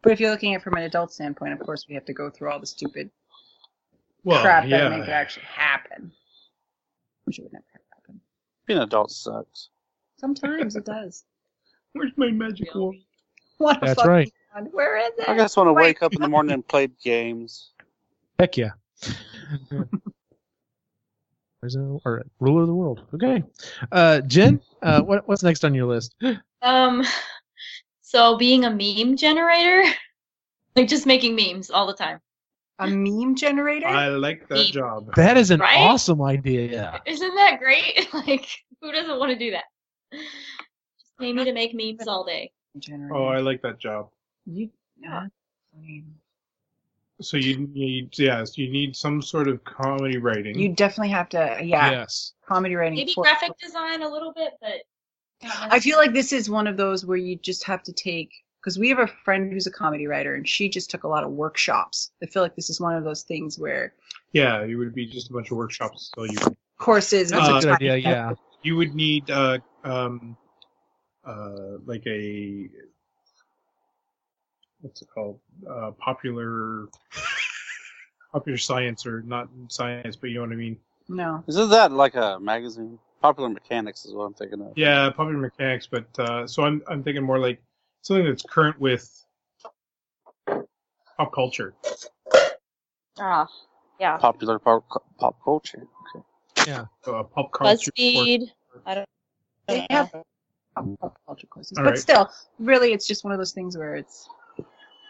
But if you're looking at it from an adult standpoint, of course, we have to go through all the stupid
Well,
crap
yeah.
that make it actually happen, which it would never happen.
Being an adult sucks.
Sometimes it does.
Where's my magic wand?
What a
That's
fucking
right.
one. Where is it?
I just want to
Wait.
wake up in the morning and play games.
Heck yeah. There's no or ruler of the world. Okay. Uh, Jen, uh, what, what's next on your list?
Um, so being a meme generator, like just making memes all the time.
A meme generator?
I like that job.
That is an
Right?
awesome idea.
Isn't that great? Like, who doesn't want to do that? Just pay me to make memes all day.
generator.
Oh, I like that job.
you, yeah. I mean,
So you need yes, you need some sort of comedy writing.
you definitely have to, uh, yeah,
Yes.
comedy writing.
Maybe
for-
graphic design a little bit, but not
I feel like this is one of those where you just have to take because we have a friend who's a comedy writer and she just took a lot of workshops. I feel like this is one of those things where
yeah, it would be just a bunch of workshops. So you
courses.
That's
Uh,
a good idea. Yeah.
you would need uh um uh like a what's it called uh popular popular science or not science but you know what i mean
No,
Isn't that like a magazine? Popular Mechanics is what I'm thinking of.
yeah popular mechanics but uh so i'm i'm thinking more like something that's current with pop culture
Ah, Yeah.
Popular pop, pop culture. Okay.
Yeah. So a pop culture.
BuzzFeed. I don't. I
They
don't
have
know.
pop culture courses,
All
but
right.
still, really, it's just one of those things where it's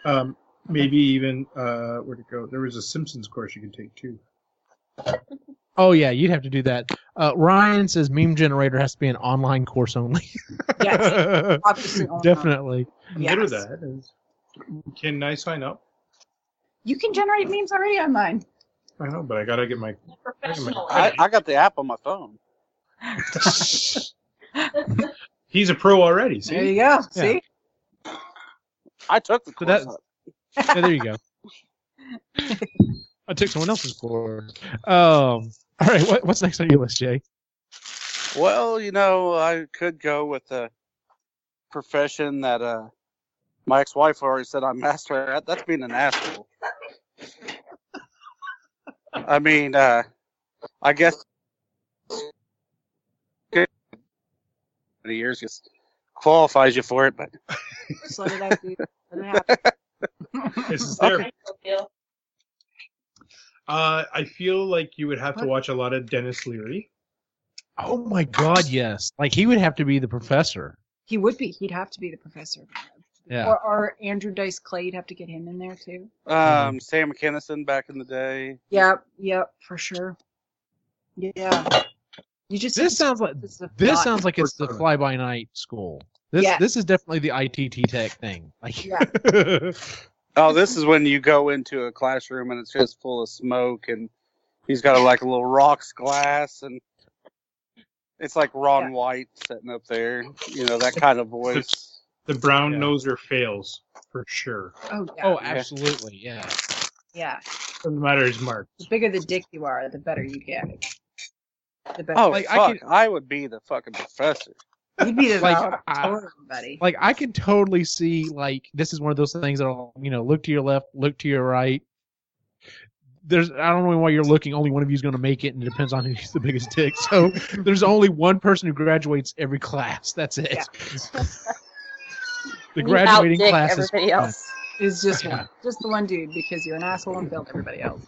Um, maybe even uh, where to go? There was a Simpsons course you could take too.
Oh yeah, you'd have to do that. Uh, Ryan says meme generator has to be an online course only.
yes, obviously online.
Definitely.
I'm good with that. Is- Can I sign up?
You can generate memes already online.
I know, but I gotta get my.
Professional.
I, I got the app on my phone.
He's a pro already. See,
There you go.
Yeah.
See,
I took the
So
course.
that's- Yeah, there you go. I took someone else's course. Um, all right, what, what's next on your list, Jay?
Well, you know, I could go with a profession that uh, my ex-wife already said I'm master at. That's being an asshole. I mean, uh, I guess many years just qualifies you for it, but
just let it out. dude. Let it happen.
this is there.
Deal.
Uh, I feel like you would have to watch a lot of Dennis Leary.
Oh my God, yes! Like he would have to be the professor.
He would be. He'd have to be the professor.
Yeah.
Or, or Andrew Dice Clay. You'd have to get him in there too.
um, Sam Kinison back in the day.
Yep. Yep. For sure. Yeah. You just.
this sounds like
this is a
this
thought.
sounds like it's the fly by night school. This
Yeah.
this is definitely the ITT Tech thing. Like,
Yeah.
Oh, this is when you go into a classroom and it's just full of smoke, and he's got a, like a little rocks glass, and it's like Ron
Yeah.
White sitting up there, you know, that kind of voice.
The brown
Yeah.
noser fails for sure.
Oh yeah.
oh, absolutely, yeah.
Yeah.
Doesn't matter his mark.
The bigger the dick you are, the better you get. The better.
Oh,
Like, I
fuck! I,
could-
would be the fucking professor.
You'd be the
Like, uh,
valedictorian, buddy.
Like I can totally see like this is one of those things that'll you know look to your left, look to your right. There's I don't know why you're looking. Only one of you's going to make it, and it depends on who's the biggest dick. So there's only one person who graduates every class. That's it.
Yeah.
the
You
graduating
outdick
class is
everybody else.
Is just
yeah.
one, just the one dude because you're an asshole and failed everybody else.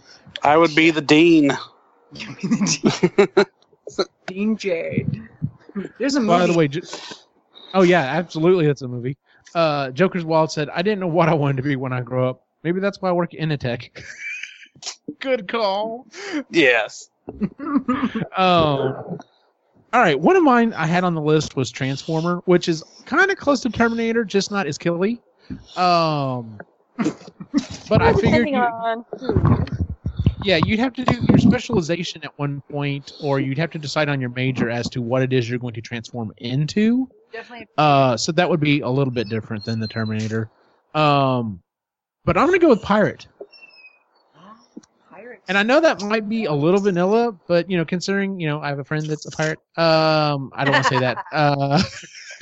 I would be the dean.
You'd be the Dean Dean Jade. There's a movie.
By the way, ju- oh yeah, absolutely, that's a movie. Uh, Joker's Wild said, "I didn't know what I wanted to be when I grow up. Maybe that's why I work in a tech." Good call.
Yes.
Um, all right, one of mine I had on the list was Transformer, which is kind of close to Terminator, just not as killy. Um, but I figured,
Depending
you,
on
yeah, you'd have to do your specialization at one point, or you'd have to decide on your major as to what it is you're going to transform into.
Definitely.
Uh, so that would be a little bit different than the Terminator. Um, but I'm gonna go with Pirate,
Pirates.
and I know that might be a little vanilla, but you know, considering you know I have a friend that's a pirate. Um, I don't want to say that. Uh,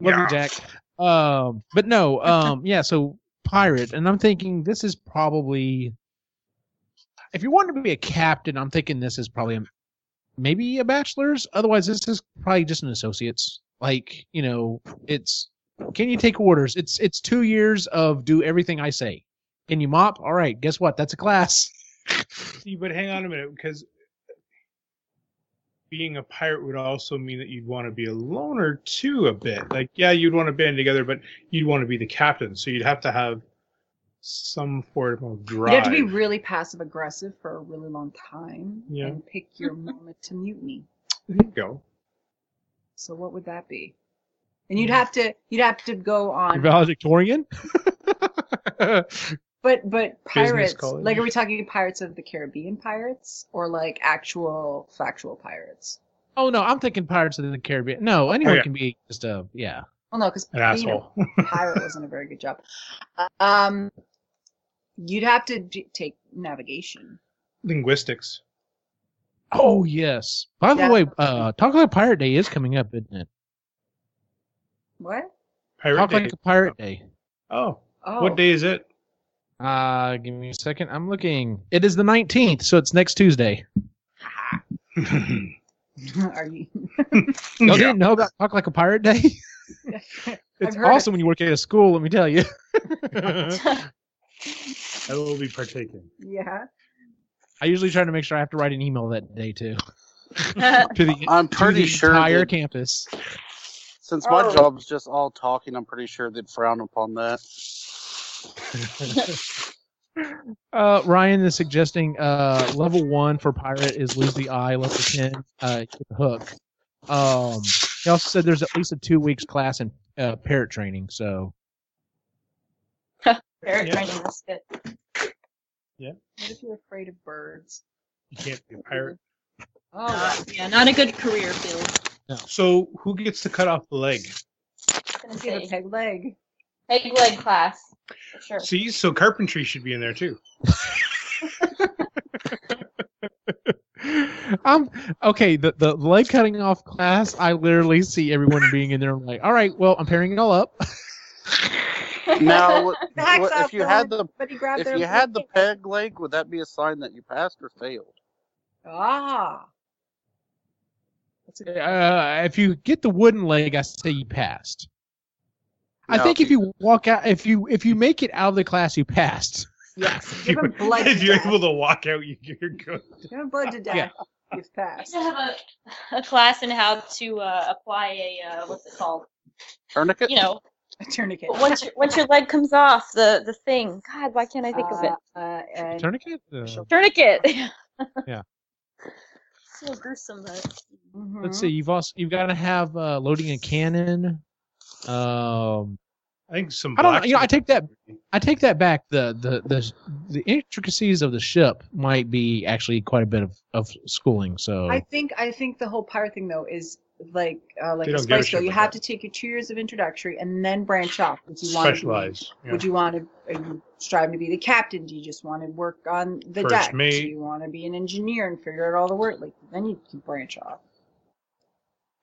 love you, Jack. Um, but no. Um, yeah. So Pirate, and I'm thinking this is probably. If you wanted to be a captain, I'm thinking this is probably a, maybe a bachelor's. Otherwise, this is probably just an associate's. Like you know, it's can you take orders? It's it's two years of do everything I say. Can you mop? All right, guess what? That's a class.
See, but hang on a minute, because being a pirate would also mean that you'd want to be a loner too, a bit. Like, yeah, you'd want to band together, but you'd want to be the captain, so you'd have to have some form of drive.
You'd have to be really passive aggressive for a really long time
Yeah.
and pick your moment to mutiny.
there you go.
So what would that be? And
Hmm.
you'd have to you'd have to go on
Valedictorian.
But but pirates,
college.
like, are we talking pirates of the Caribbean pirates or like actual factual pirates?
oh no, I'm thinking Pirates of the Caribbean. No, anyone
yeah.
can be just a yeah.
Well, no, because
An asshole.
pirate wasn't a very good job. Um, you'd have to d- take navigation.
Linguistics.
Oh yes. By the
Yeah.
way, uh, Talk Like a Pirate Day is coming up, isn't it?
What?
Pirate
Talk
day.
Like a Pirate Day.
oh,
Oh,
what day is it?
Uh, give me a second. I'm looking. It is the 19th, so it's next Tuesday.
are you?
Y'all
Yeah.
didn't know about Talk Like a Pirate Day? it's
heard of
awesome when you work at a school, let me tell you.
I will be partaking.
Yeah.
I usually try to make sure I have to write an email that day too. to the
I'm pretty
to the
sure
entire
that-
campus.
Since my
Oh.
job's just all talking, I'm pretty sure they'd frown upon that.
Uh, Ryan is suggesting uh, level one for pirate is lose the eye. Level ten, uh, get the hook. Um, he also said there's at least a two weeks class in uh, parrot training. So
Parrot
Yeah.
training, that's good.
What if you're afraid of birds?
You can't be a pirate.
Oh,
Not- yeah, not a good career field.
So who gets to cut off the leg?
I was
give
gonna
a
say,
peg leg.
peg leg class. For sure.
See, so carpentry should be in there too.
I'm okay. The the leg cutting off class. I literally see everyone being in there. I'm like, all right, well, I'm pairing it all up.
Now, what,
Backs
what-
off
if you had
going.
the
But he grabbed
if
their
you had the peg leg, would that be a sign that you passed or failed?
ah. That's a good
Uh, if you get the wooden leg, I say you passed. I
No,
think if you walk out, if you if you make it out of the class, you passed.
yes.
If
Give him blood to
you're
death.
able to walk out, you- you're good.
Give him blood to death.
Yeah.
You've
I used
passed.
to have a, a class in how to uh, apply a uh, what's it called?
Tourniquet.
You know,
A tourniquet.
once your once your leg comes off the the thing. God, why can't I think of it?
Uh, uh, and
Tourniquet. Uh,
Tourniquet.
Yeah.
So gruesome, but
Let's
mhm.
see. You've also you've got to have uh, loading a cannon. Um,
I think some.
I don't know,
blacksmith-
you know, I take that- I take that back. The the the the intricacies of the ship might be actually quite a bit of, of schooling.
Oh.
So
I think I think the whole pirate thing though is like uh, like
They
a
don't give a
Spice Girl.
shit
You
about
have
that.
to take your two years of introductory and then branch off. Would you want To
specialize.
be,
Yeah.
Would you want to? Are you striving to be the captain? Do you just want to work on the
First
deck?
mate.
Do you want to be an engineer and figure out all the work? Like then you can branch off.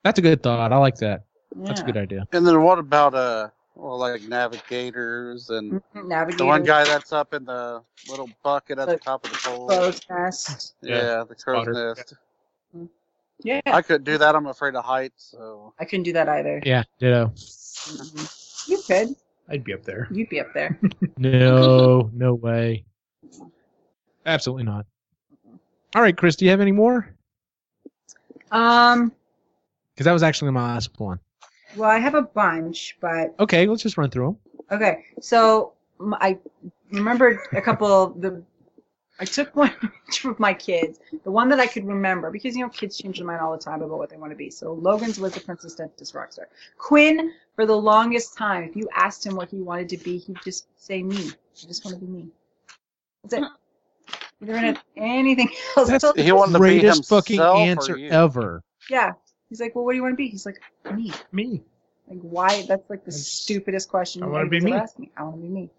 that's a good thought. I like that.
Yeah.
That's a good idea.
And then what about uh, well, like navigators and
Mhm,
the one
Navigator,
guy that's up in the little bucket at the top of the pole.
crow's nest.
Yeah, the crow's
Spotter.
nest.
Yeah,
I couldn't do that. I'm afraid of heights. So
I couldn't do that either.
Yeah. Ditto.
Mhm. You could.
I'd be up there.
You'd be up there.
No. no way. Absolutely not. All right, Chris. Do you have any more?
Um.
Because that was actually my last one.
Well, I have a bunch, but
Okay, let's just run through them.
Okay, so m- I remembered a couple of the. I took one of my kids, the one that I could remember, because you know kids change their mind all the time about what they want to be. So Logan's was the princess dentist rock star. Quinn, for the longest time, if you asked him what he wanted to be, he'd just say me. I just want to be me. That's it. He never had anything else.
That's-
Until-
he wanted to be
Greatest
himself.
fucking
or
answer
you?
ever.
yeah. He's like, well, what do you want to be? He's like, me.
Me.
Like why? That's like the
That's-
stupidest question
I
you
wanna be
ever
me.
asked me. I want to be me.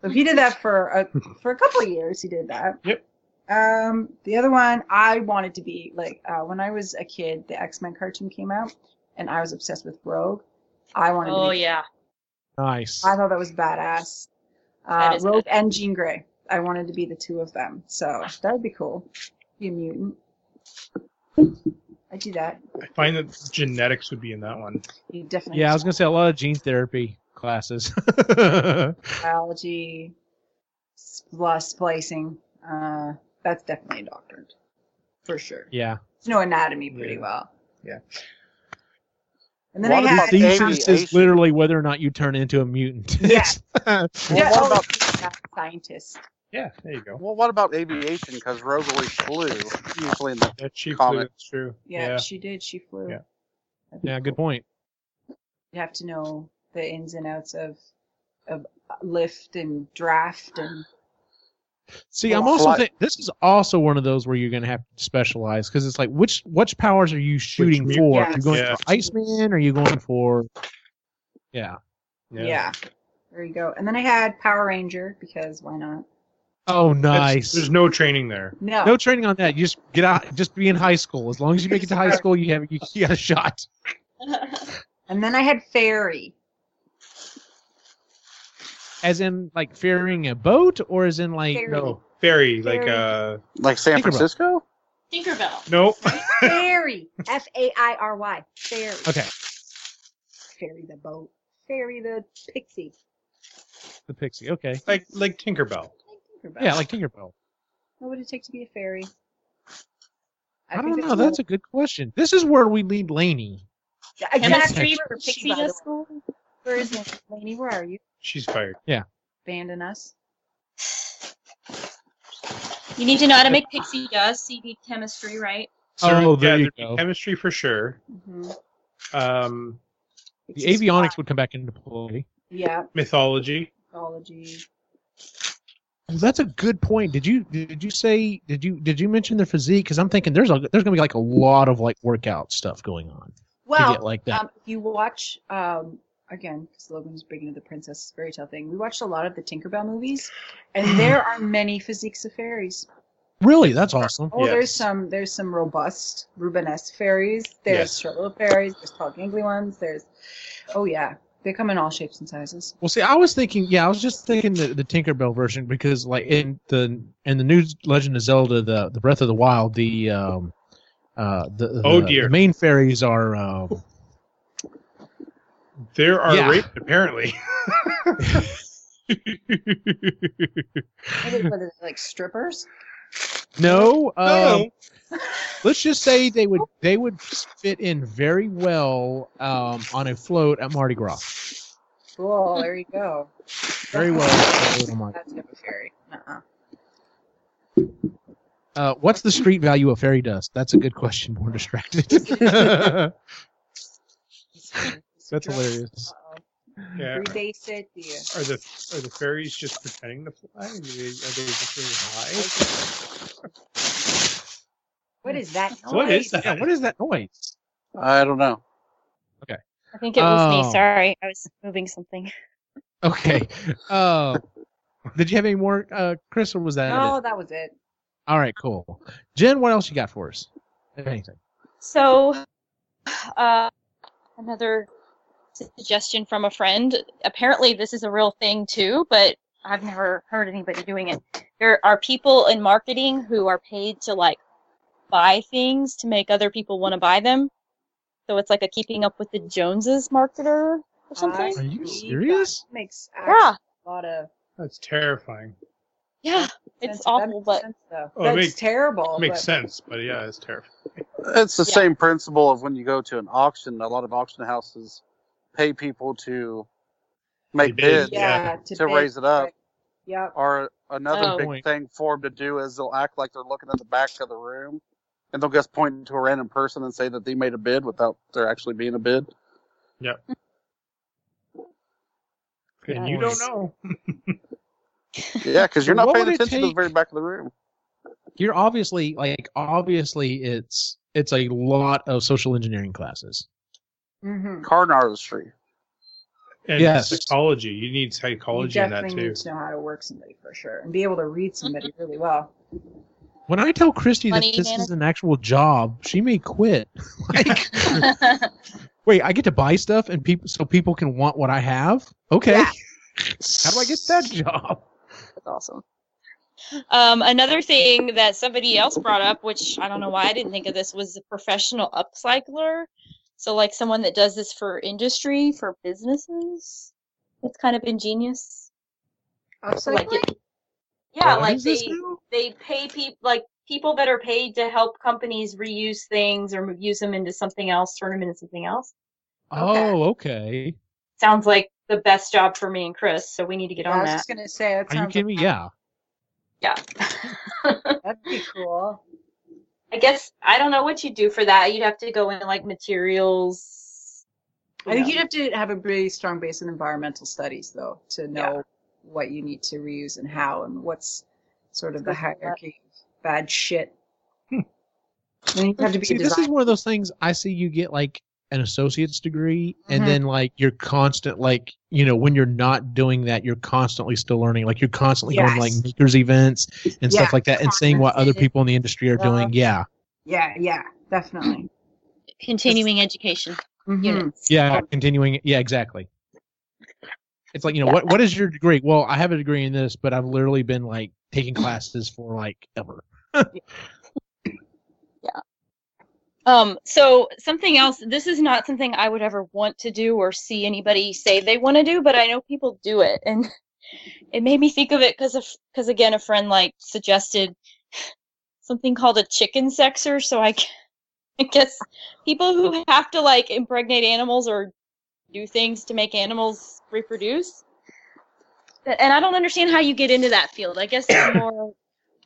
So he did that for a for a couple of years. He did that.
Yep.
Um, the other one I wanted to be like uh, when I was a kid, the X Men cartoon came out, and I was obsessed with Rogue. I wanted
oh
to be.
yeah,
Nice.
I thought that was badass. Uh,
That is
Rogue
badass.
and Jean Grey. I wanted to be the two of them. So that would be cool. Be a mutant. I do that.
I find that genetics would be in that one.
You definitely.
Yeah, I was gonna say a lot of gene therapy classes.
biology, plus splicing. Uh, that's definitely a doctor, for sure.
yeah.
You know anatomy pretty
Yeah.
well.
Yeah.
And then
What
I
about
had
the-
Thesis is
Aviation.
literally whether or not you turn into a mutant.
Yeah.
It's-
yeah,
What
oh,
about-
yeah, scientist.
Yeah, there you go.
Well, what about aviation? Because Rogue always flew, usually in the
That she flew.
Comet.
That's true.
Yeah,
Yeah.
she did. She flew.
Yeah.
That'd be
yeah, good
cool.
point.
You'd have to know the ins and outs of of lift and draft and
See,
Well,
I'm also
fly-
think this is also one of those where you're gonna have to specialize because it's like which which powers are you shooting
mut-
for?
Yeah.
You're going
Yeah.
for Iceman or are you going for Yeah.
yeah. There you go. And then I had Power Ranger because why not?
Oh
That's-
nice.
There's no training there.
No.
No training on that. You just get out just be in high school. As long as you make it to high school you have you, you got a shot.
And then I had Fairy.
As in like ferrying a boat or as in like
Ferry.
No. Oh, Fairy, like
Fairy.
uh
like San
Tinkerbell.
Francisco.
Tinkerbell.
no.
Fairy. F A I R Y. Fairy.
Okay.
Ferry the boat. Ferry the pixie.
The pixie. Okay.
like like Tinkerbell.
Like Tinkerbell.
Yeah, like Tinkerbell.
What would it take to be a fairy?
I, don't know. That's a good question. This is where we lead Laney.
a
Chemistry
for
Pixie Dust School?
Where is it? Lainey, where are you?
She's fired.
Abandon us.
You need to know how to make pixie dust, so you need chemistry, right?
Oh, there
yeah,
you
there'd be
go.
chemistry for sure.
Mm-hmm.
Um,
The avionics would come back into play.
Yeah,
mythology.
mythology.
Well, Oh, That's a good point. Did you did you say did you did you mention their physique? Because I'm thinking there's a, there's gonna be like a lot of like workout stuff going on to get
Well,
like that.
um, if you watch, um, again, because Logan's big into the princess fairy tale thing, we watched a lot of the Tinkerbell movies, and there are many physiques of fairies.
really, that's awesome.
Oh,
Yes.
there's some there's some robust Rubenesque fairies. There's
Yes.
short little fairies. There's tall gangly ones. There's, oh yeah, they come in all shapes and sizes.
Well, see, I was thinking, yeah, I was just thinking the, the Tinkerbell version because, like, in the in the new Legend of Zelda, the the Breath of the Wild, the um, uh, the, the-
Oh, dear.
the main fairies are um,
There are
Yeah.
raped, apparently.
What are- what are they, like strippers?
no, um,
No.
let's just say they would they would fit in very well um, on a float at Mardi Gras.
Cool. There you go.
Very well. on a float at Mardi
That's type of fairy. Uh-uh.
Uh, what's the street value of fairy dust? That's a good question. More distracted. That's hilarious.
Uh-oh.
yeah.
Rebase it. The,
Are the are the fairies just pretending to fly? Are they, are they just really high?
what is that?
What
noise?
is that?
Yeah, what is that noise?
I don't know.
I think it was
Oh.
me. Sorry, I was moving something.
Okay. Uh, did you have any more, uh, Chris, or was that it?
No, Oh, that was it.
All right, cool. Jen, what else you got for us? If anything.
So, uh, another suggestion from a friend. Apparently, this is a real thing too, but I've never heard anybody doing it. There are people in marketing who are paid to like buy things to make other people want to buy them. So it's like a keeping up with the Joneses marketer
Ah,
or something.
Are you
That
serious?
Makes
Yeah,
actually a lot of.
That's terrifying.
yeah, it's
sense. That
awful,
makes
but
sense, though.
Oh, it
that's
makes-
terrible.
Makes
but
sense, but yeah, it's terrifying.
It's the
Yeah.
same principle of when you go to an auction. A lot of auction houses pay people to make
They bid,
bids
Yeah, to,
to
bake-
raise it up.
Yep.
Or another
Oh.
big
Point.
thing for them to do is they'll act like they're looking at the back of the room, and they'll just point to a random person and say that they made a bid without there actually being a bid.
And you don't know.
Yeah, because you're
So
not
what
paying
would it
attention to the
take-
very back of the room.
You're obviously like obviously it's it's a lot of social engineering classes.
Mm-hmm.
Card artistry.
And
Yes.
psychology. You need psychology
you
in that
definitely
too.
need to know how to work somebody for sure, and be able to read somebody really well.
When I tell Christy that
Money
this is
management.
an actual job, she may quit. like, wait, I get to buy stuff and people so people can want what I have. Okay,
Yeah.
how do I get that job?
That's awesome. Um, another thing that somebody else brought up, which I don't know why I didn't think of this, was a professional upcycler. So, like someone that does this for industry, for businesses. That's kind of ingenious. So, like,
Upcycling.
it, yeah,
What
like
is this
they
now?
they pay people like people that are paid to help companies reuse things or use them into something else, turn them into something else.
Oh, okay.
Sounds like the best job for me and Chris. So we need to get
I
on
was
that.
just gonna say that
Are you
sounds
kidding me? Yeah.
Yeah.
that'd be cool.
I guess I don't know what you do for that. You'd have to go in like materials.
I think you'd have to have a really strong base in environmental studies, though, to know what you need to reuse and how, and what's sort of the
Something like that.
hierarchy of bad shit. And you have to be
Hmm. See,
a
this is
designer.
one of those things I see you get like an associate's degree, and
Mhm.
then like you're constant, like you know, when you're not doing that, you're constantly still learning. Like you're constantly going to, like
Yes.
makers events and
Yeah,
stuff like that, and seeing what other
conferences.
people in the industry are
Yeah.
doing. Yeah,
Yeah, yeah, definitely.
continuing education
Mhm.
units.
yeah, continuing. Yeah, exactly. It's like you know what what is your degree? Well, I have a degree in this, but I've literally been like taking classes for like ever.
Um, so something else. This is not something I would ever want to do or see anybody say they want to do, but I know people do it, and it made me think of it because of because again, a friend like suggested something called a chicken sexer. So I, gu- I guess people who have to like impregnate animals or do things to make animals reproduce. That- And I don't understand how you get into that field. I guess it's more.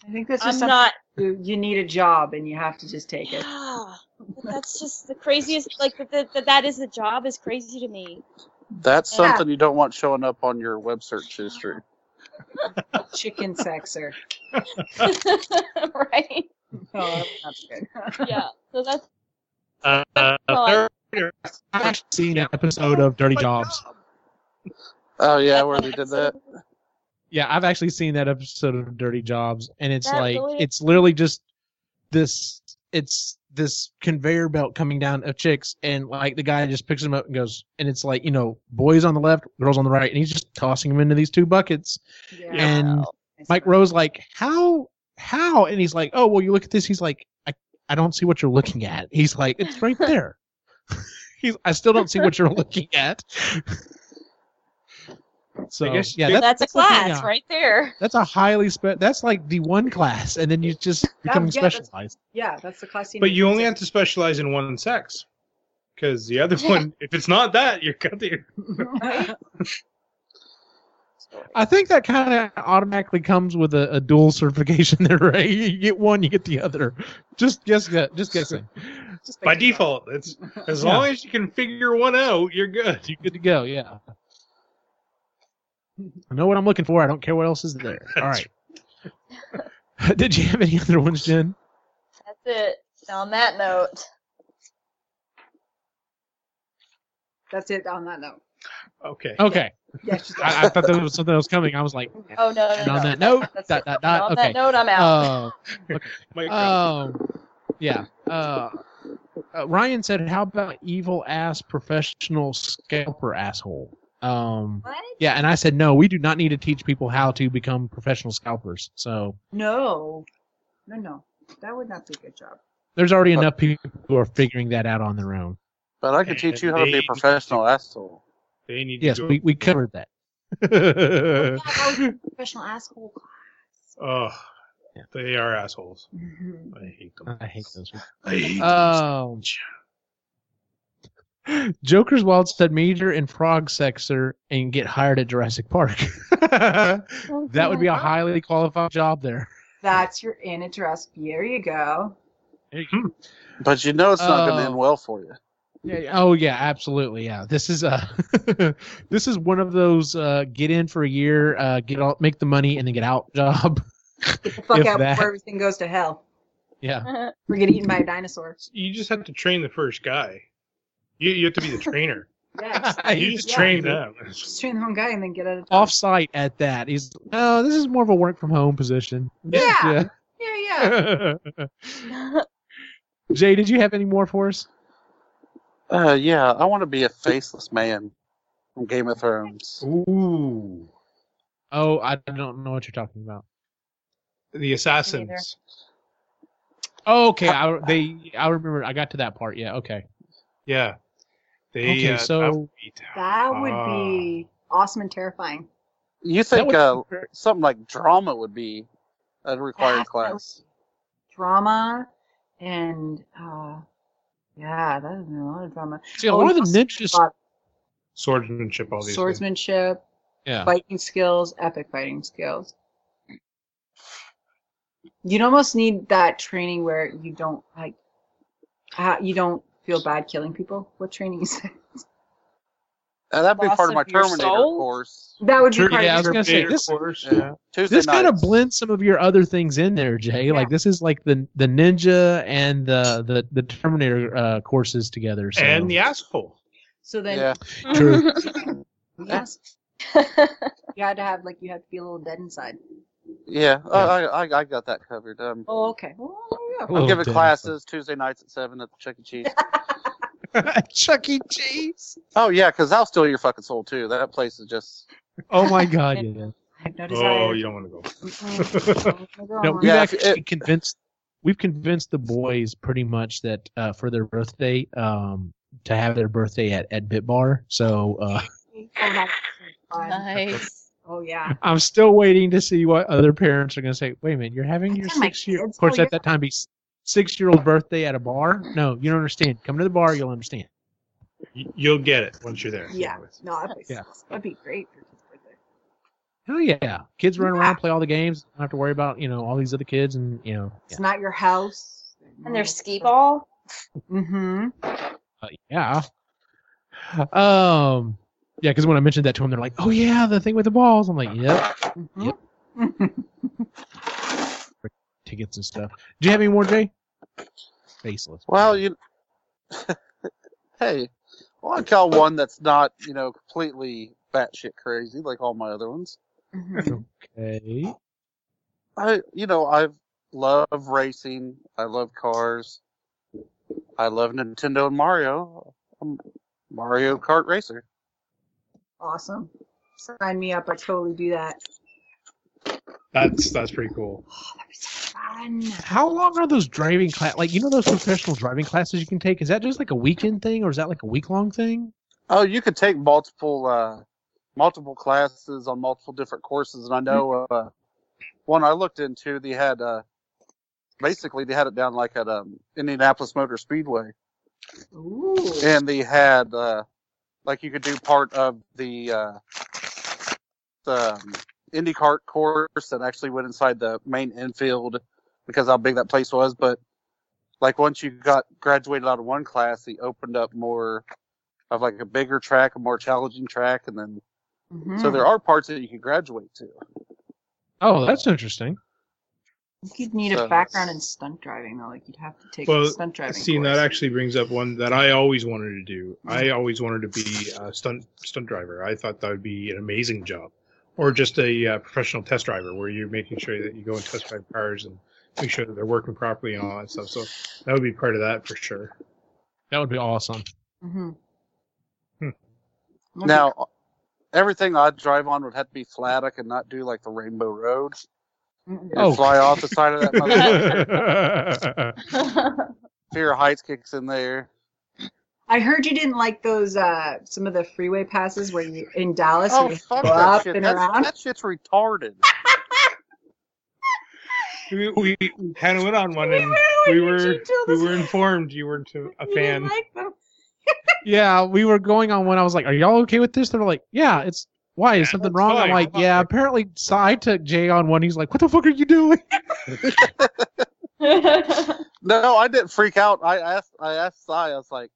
I think this is
I'm
something
not.
you, you need a job and you have to just take it.
Yeah, but that's just the craziest. Like that, that, that, that is a job is crazy to me.
That's
Yeah.
something you don't want showing up on your web search history.
Chicken sexer.
right?
Oh, that's good.
Yeah. So that's
Uh, uh,
Well,
third, I've seen an episode of Dirty Jobs.
Oh yeah, where they did that.
Yeah, I've actually seen that episode of Dirty Jobs, and it's
That
like
really-
it's literally just this. It's this conveyor belt coming down of chicks, and like the guy just picks them up and goes, and it's like you know, boys on the left, girls on the right, and he's just tossing them into these two buckets.
Yeah.
And Mike Rose like, how, how? And he's like, oh well, you look at this. He's like, I, I don't see what you're looking at. He's like, it's right there. he's, I still don't see what you're looking at. so
guess-
yeah,
I
that-
that's a
the thing,
class
yeah.
right there.
That's a highly spe- That's like the one class, and then you just become
Oh, yeah, that's-
specialized.
Yeah, that's the class.
But
need
you
to
only
take.
have to specialize in one sex. Because the other one, if it's not that, you're cut the.
I think that kind of automatically comes with a, a dual certification there, right? You get one, you get the other. Just guess, that- just guessing.
Just
By
like-
default, it's as
Yeah.
long as you can figure one out, you're good.
You're good to go. Yeah. I know what I'm looking for. I don't care what else is there. All right. Did you have any other ones, Jen?
That's it. On that note,
That's it on that note.
Okay.
Okay.
Yeah, she's like,
I, I thought there was something else coming. I was like,
oh no, no,
and
no.
on that note,
That's
dot
it.
dot
And
dot.
on
Okay.
that note, I'm out.
Uh,
Mike,
Um, yeah. Uh, uh, Ryan said, "How about evil ass professional scalper asshole?" Um,
what?
yeah, and I said, "No, we do not need to teach people how to become professional scalpers." So
no, no, no. That would not be a good job.
there's already enough people who are figuring that out on their own.
But I could teach you how to be a professional asshole.
they need
Yes,
to go.
we, we covered that.
Professional asshole.
Ugh, they are assholes.
Mhm.
I hate them.
I hate those.
I hate
Um, Joker's Wild said Major and Frog Sexer and get hired at Jurassic Park. that would be a highly qualified job there.
That's your in a dress. There you go.
But you know it's not going
Oh.
to end well for you.
Yeah, yeah. Oh yeah, absolutely. Yeah. This is uh this is one of those uh get in for a year, uh get out make the money and then get out job.
Get the fuck
If
out
that-
before everything goes to hell.
yeah.
We're getting eaten by a dinosaur.
You just have to train the first guy. You, you have to be the trainer.
Yeah,
You just
Yeah.
train them.
just train the wrong guy and then get out
Oh.
of
Off site at that. He's no, this is more of a work from home position.
Yeah. Yeah, yeah.
Yeah. Jay, did you have any more for us?
Uh, yeah, I want to be a faceless man from Game of Thrones.
Ooh,
Oh, I don't know what you're talking about.
the
Me
assassins.
Oh, okay. I they I remember I got to that part. Yeah, okay.
Yeah. They,
Okay,
uh,
so-
that would be Ah. tough.
That would be awesome and terrifying.
You
That
think
would-
uh, something like drama would be a required
That's-
class?
Drama and uh yeah, that would be a lot of drama.
See, a
Oh,
lot of
and
the
also
ninjas.
about
swordsmanship, obviously.
swordsmanship,
Yeah.
fighting skills, epic fighting skills. You'd almost need that training where you don't like ha- you don't feel bad killing people. What training is that?
Uh, that'd be
Loss
part of
of
my
your
Terminator
soul?
course.
That would be
True,
part
yeah, I was
of your
gonna say,
Terminator
this-
course,
Yeah. Tuesday
this kind of
nights.
blends some of your other things in there, Jay. Like this is like the the ninja and the the, the Terminator uh, courses together. So.
And the asshole.
so then
Yeah.
True.
yes, you had to have like you had to be a little dead inside.
Yeah, I
Yeah.
I, I, I got that covered. Um,
Oh, okay. Well, yeah.
I'm
Oh,
giving
damn.
classes Tuesday nights at 7 at the Chuck E. Cheese.
Chuck E. Cheese.
oh, yeah, because I'll steal your fucking soul, too. That place is just.
Oh my God! Yeah.
I have no
Oh,
desire. Oh,
you don't want to go.
Mm-mm. I'm going
No,
on.
we've
Yeah, if
actually
it-
convinced we've convinced the boys pretty much that uh, for their birthday um, to have their birthday at at Bit Bar. So uh,
Oh, that's fun.
nice.
Oh yeah.
I'm still waiting to see what other parents are going to say. Wait a minute, you're having
I
your
tell my
six year,
kids,
of course,
"Oh,
at that time, be six year old birthday at a bar. No, you don't understand. Come to the bar, you'll understand.
Y- You'll get it once you're there.
Yeah. No, that place,
Yeah.
that'd be great for kids' birthday.
Hell yeah, kids run
Yeah.
around, play all the games, don't have to worry about you know all these other kids and you know. Yeah,
It's not your house.
And their skee ball.
Mm-hmm.
But yeah. Um. Yeah, because when I mentioned that to them, they're like, "Oh yeah, the thing with the balls." I'm like, "Yep, Yep.
Mm-hmm.
tickets and stuff." Do you have any more, Jay? Faceless.
Well, you. hey, well, I got one that's not, you know, completely batshit crazy like all my other ones.
Mm-hmm.
Okay.
I, you know, I love racing. I love cars. I love Nintendo and Mario. I'm a Mario Kart racer.
awesome. Sign me up. I totally do that.
That's that's pretty cool.
Oh, that'd be so fun.
How long are those driving class? Like you know those professional driving classes you can take. Is that just like a weekend thing, or is that like a week long thing?
Oh, you could take multiple, uh, multiple classes on multiple different courses, and I know uh, one I looked into. They had, uh, basically, they had it down like at um, Indianapolis Motor Speedway.
Ooh.
and they had uh, like you could do part of the uh, the um, IndyCart course that actually went inside the main infield because how big that place was. But like once you got graduated out of one class, they opened up more of like a bigger track, a more challenging track, and then
Mhm.
so there are parts that you could graduate to.
Oh, that's interesting.
I think you'd need a
So-
background in stunt driving though. Like you'd have to take
Well,
a stunt driving.
See, and
course.
that actually brings up one that I always wanted to do. I always wanted to be a stunt stunt driver. I thought that would be an amazing job, or just a uh, professional test driver, where you're making sure that you go and test drive cars and make sure that they're working properly and all that stuff. So that would be part of that for sure.
That would be awesome.
Mhm.
Hmm.
Okay.
Now, everything I drive on would have to be flat. I could not do like the Rainbow Road
Mm-mm.
and
Oh.
fly off the side of that motherfucker.
I
Fear of heights kicks in there.
I heard you didn't like those uh some of the freeway passes where you in Dallas.
Oh,
where you
fuck
go
that
up
shit.
and
That's-
around.
That shit's retarded.
we, we kind of went on one, and we were we were informed you weren't a
You
fan.
didn't like them.
yeah, we were going on when I was like, "Are y'all okay with this?" They're like, "Yeah, it's why is
Yeah,
something
that's
wrong?" I'm
fine.
like,
Come on.
"Yeah, apparently so I took Jay on one." He's like, "What the fuck are you doing?"
No, I didn't freak out. I asked, I asked Cy. I was like,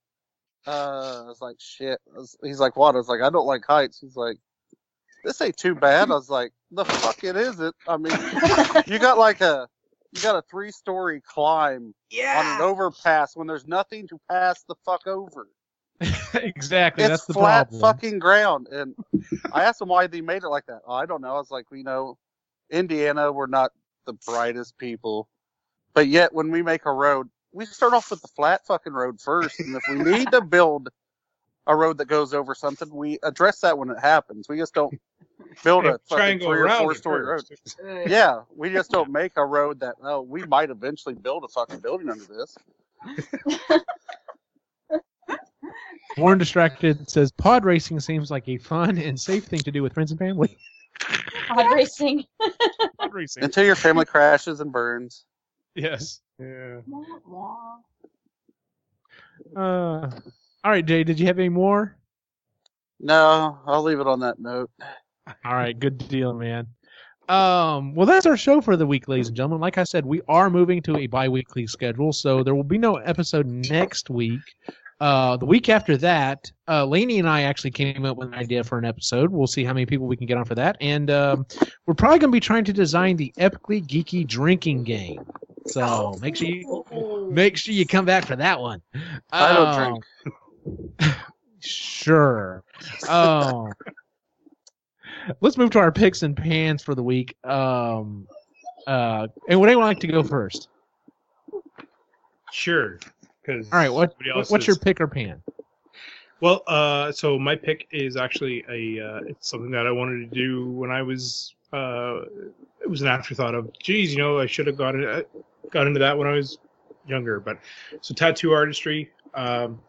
uh, I was like, shit. I was- he's like, what? I was like, I don't like heights. He's like, this ain't too bad. I was like, the fuck it isn't. I mean, you got like a, you got a three-story climb on an
Yeah.
overpass when there's nothing to pass the fuck over.
exactly,
it's
that's the
flat
problem.
fucking ground. And I asked him why they made it like that. Oh, I don't know. I was like, you know, Indiana, we're not the brightest people, but yet when we make a road, we start off with the flat fucking road first. And if we need to build a road that goes over something, we address that when it happens. We just don't build a
Try
fucking
and go
three or
around
four
it
story road.
first.
Uh,
Yeah, we just don't make a road that oh we might eventually build a fucking building under this.
Warren distracted says, "Pod racing seems like a fun and safe thing to do with friends and family."
Pod racing.
Pod racing,
Until your family crashes and burns.
yes.
Yeah.
wah, wah.
Uh, all right, Jay, did you have any more?
No, I'll leave it on that note.
All right, good deal, man. Um, well, that's our show for the week, ladies and gentlemen. Like I said, we are moving to a bi-weekly schedule, so there will be no episode next week. Uh, the week after that, uh, Laney and I actually came up with an idea for an episode. We'll see how many people we can get on for that, and um, we're probably going to be trying to design the epically geeky drinking game. So make sure you make sure you come back for that one.
I don't
Um,
drink.
Sure. Um, let's move to our picks and pans for the week. Um, uh, and would anyone like to go first?
Sure. Because
All right. What,
somebody
what
else
what's your
is-
pick or pan?
Well, uh, so my pick is actually a uh, it's something that I wanted to do when I was uh, it was an afterthought of geez, you know, I should have got it, uh, got into that when I was younger. But so tattoo artistry, um,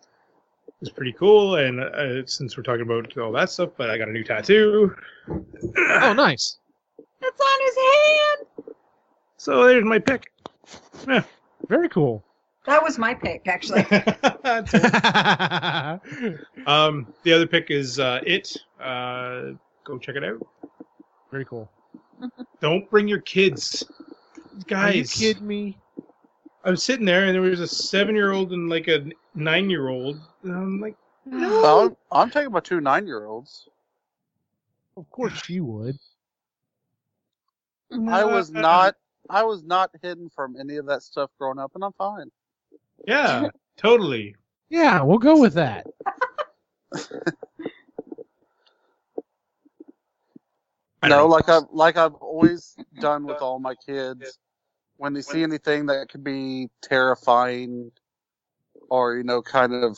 is pretty cool. And uh, since we're talking about all that stuff, but I got a new tattoo.
Oh, nice.
That's on his hand.
So there's my pick.
Very cool.
That was my pick, actually.
um, the other pick is uh, it. Uh, go check it out.
Very cool.
Don't bring your kids,
Are you
guys.
kidding me?
I'm sitting there, and there was a seven-year-old and like a nine-year-old. And I'm like,
Well, I'm, I'm talking about two nine year olds.
Of course you would.
I was
"No."
not. I was not hidden from any of that stuff growing up, and I'm fine.
Yeah, totally.
Yeah, we'll go with that.
I don't
No,
know.
like I've like I've always done with all my kids. When they see anything that could be terrifying, or you know, kind of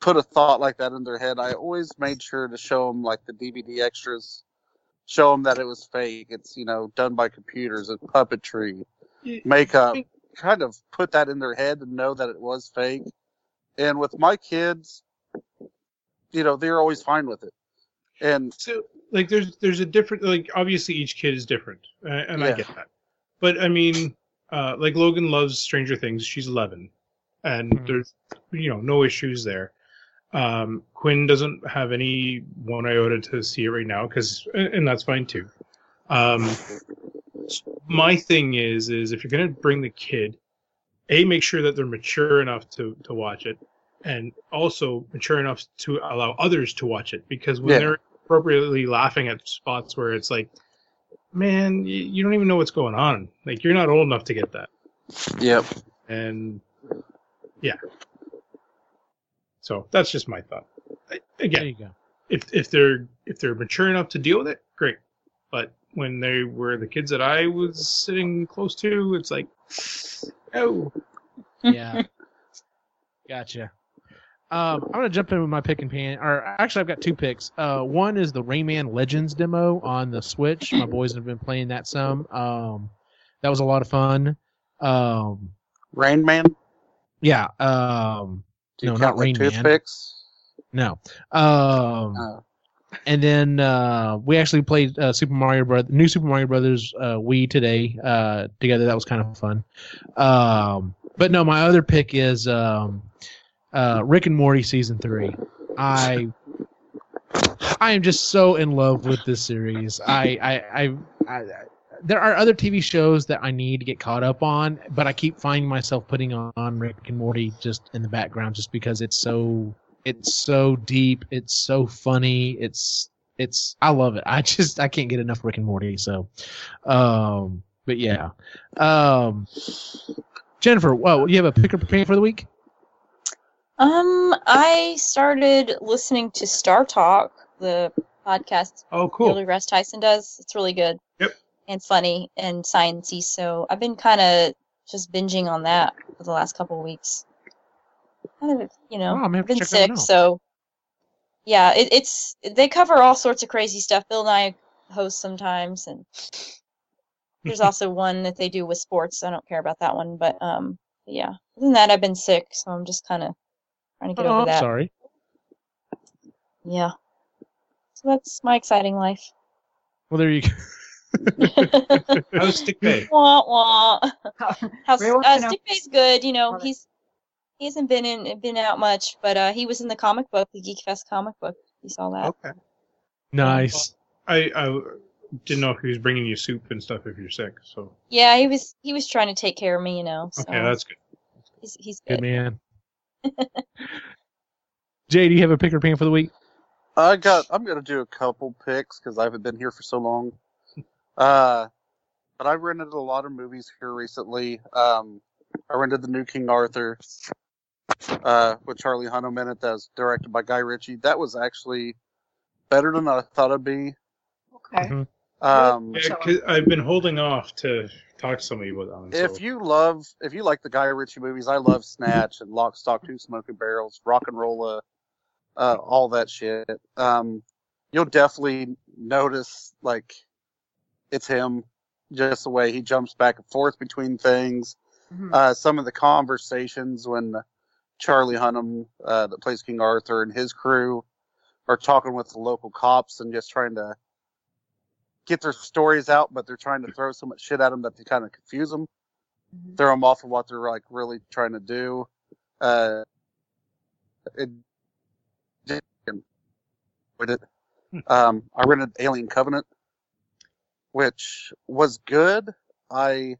put a thought like that in their head, I always made sure to show them like the DVD extras, show them that it was fake. It's you know done by computers, it's puppetry,
Y-
makeup. Kind of put that in their head and know that it was fake. And with my kids, you know, they're always fine with it. And
so like there's there's a different like obviously each kid is different uh, and i
Yeah.
get that but i mean uh like logan loves stranger things she's 11 and
Mhm.
there's you know no issues there um quinn doesn't have any one iota to see it right now because and that's fine too um my thing is is if you're gonna bring the kid a make sure that they're mature enough to to watch it and also mature enough to allow others to watch it because when
Yeah.
they're appropriately laughing at spots where it's like man you, you don't even know what's going on like you're not old enough to get that
yep.
and yeah so that's just my thought I- again
There you go.
if if they're if they're mature enough to deal with it, great. But when they were the kids that I was sitting close to, it's like, oh,
Yeah. gotcha. Um, I'm gonna jump in with my pick and pan. Or actually, I've got two picks. Uh, one is the Rayman Legends demo on the Switch. My boys have been playing that some. Um, that was a lot of fun. Um,
Rain Man.
yeah. Um,
Do you
No, not
count like
Rain Man.
toothpicks?
no. Um,
Oh.
and then uh, we actually played uh, Super Mario Brothers, New Super Mario Brothers uh, Wii today uh, together. That was kind of fun. Um, but no, my other pick is um, uh, Rick and Morty season three. I I am just so in love with this series. I I, I, I there are other TV shows that I need to get caught up on, but I keep finding myself putting on Rick and Morty just in the background, just because it's so it's so deep, it's so funny, it's it's I love it. I just I can't get enough Rick and Morty. So, um, but yeah, um, Jennifer, whoa, you have a pick or prepare for the week?
Um, I started listening to Star Talk, the podcast
oh,
Neil
cool.
deGrasse Tyson does. It's really good.
Yep.
And funny and sciencey. So I've been kind of just binging on that for the last couple of weeks. Kind of, you know,
Wow, Oh, I'm gonna have
I've
to
been
check that one
sick,
out.
so yeah, it, it's they cover all sorts of crazy stuff. Bill and I host sometimes, and there's also one that they do with sports. I don't care about that one, but um, yeah. Other than that, I've been sick, so I'm just kind of trying to get
Oh,
over
I'm
that.
sorry.
Yeah. So that's my exciting life.
Well, there you go.
How's Dick Bay?
Wah wah. How
Ray wants
uh,
to know-
Stick Bay's good. You know,
Love it.
he's he hasn't been in been out much, but uh, he was in the comic book, the Geek Fest comic book. You saw that?
Okay.
Nice.
I I didn't know if he was bringing you soup and stuff if you're sick. So
Yeah, he was he was trying to take care of me. You know, so
okay, that's good.
he's he's
Good
good.
man. Jay, do you have a pick or pan for the week?
I got. I'm gonna do a couple picks because I haven't been here for so long. Uh, but I rented a lot of movies here recently. Um, I rented the new King Arthur, uh, with Charlie Hunnam in it. That was directed by Guy Ritchie. That was actually better than I thought it'd be.
Okay.
Um,
Yeah, 'cause I've been holding off to talk to somebody about that. One, so.
if you love, if you like the Guy Ritchie movies, I love Snatch and Lock, Stock, Two Smoking Barrels, Rock and Rolla, uh, all that shit. Um, you'll definitely notice like it's him, just the way he jumps back and forth between things.
Mhm.
Uh, some of the conversations when Charlie Hunnam, uh, that plays King Arthur, and his crew are talking with the local cops and just trying to get their stories out, but they're trying to throw so much shit at them that they kind of confuse them,
Mhm.
throw them off of what they're like really trying to do. Uh, it, with it. Um, I rented Alien Covenant, which was good. I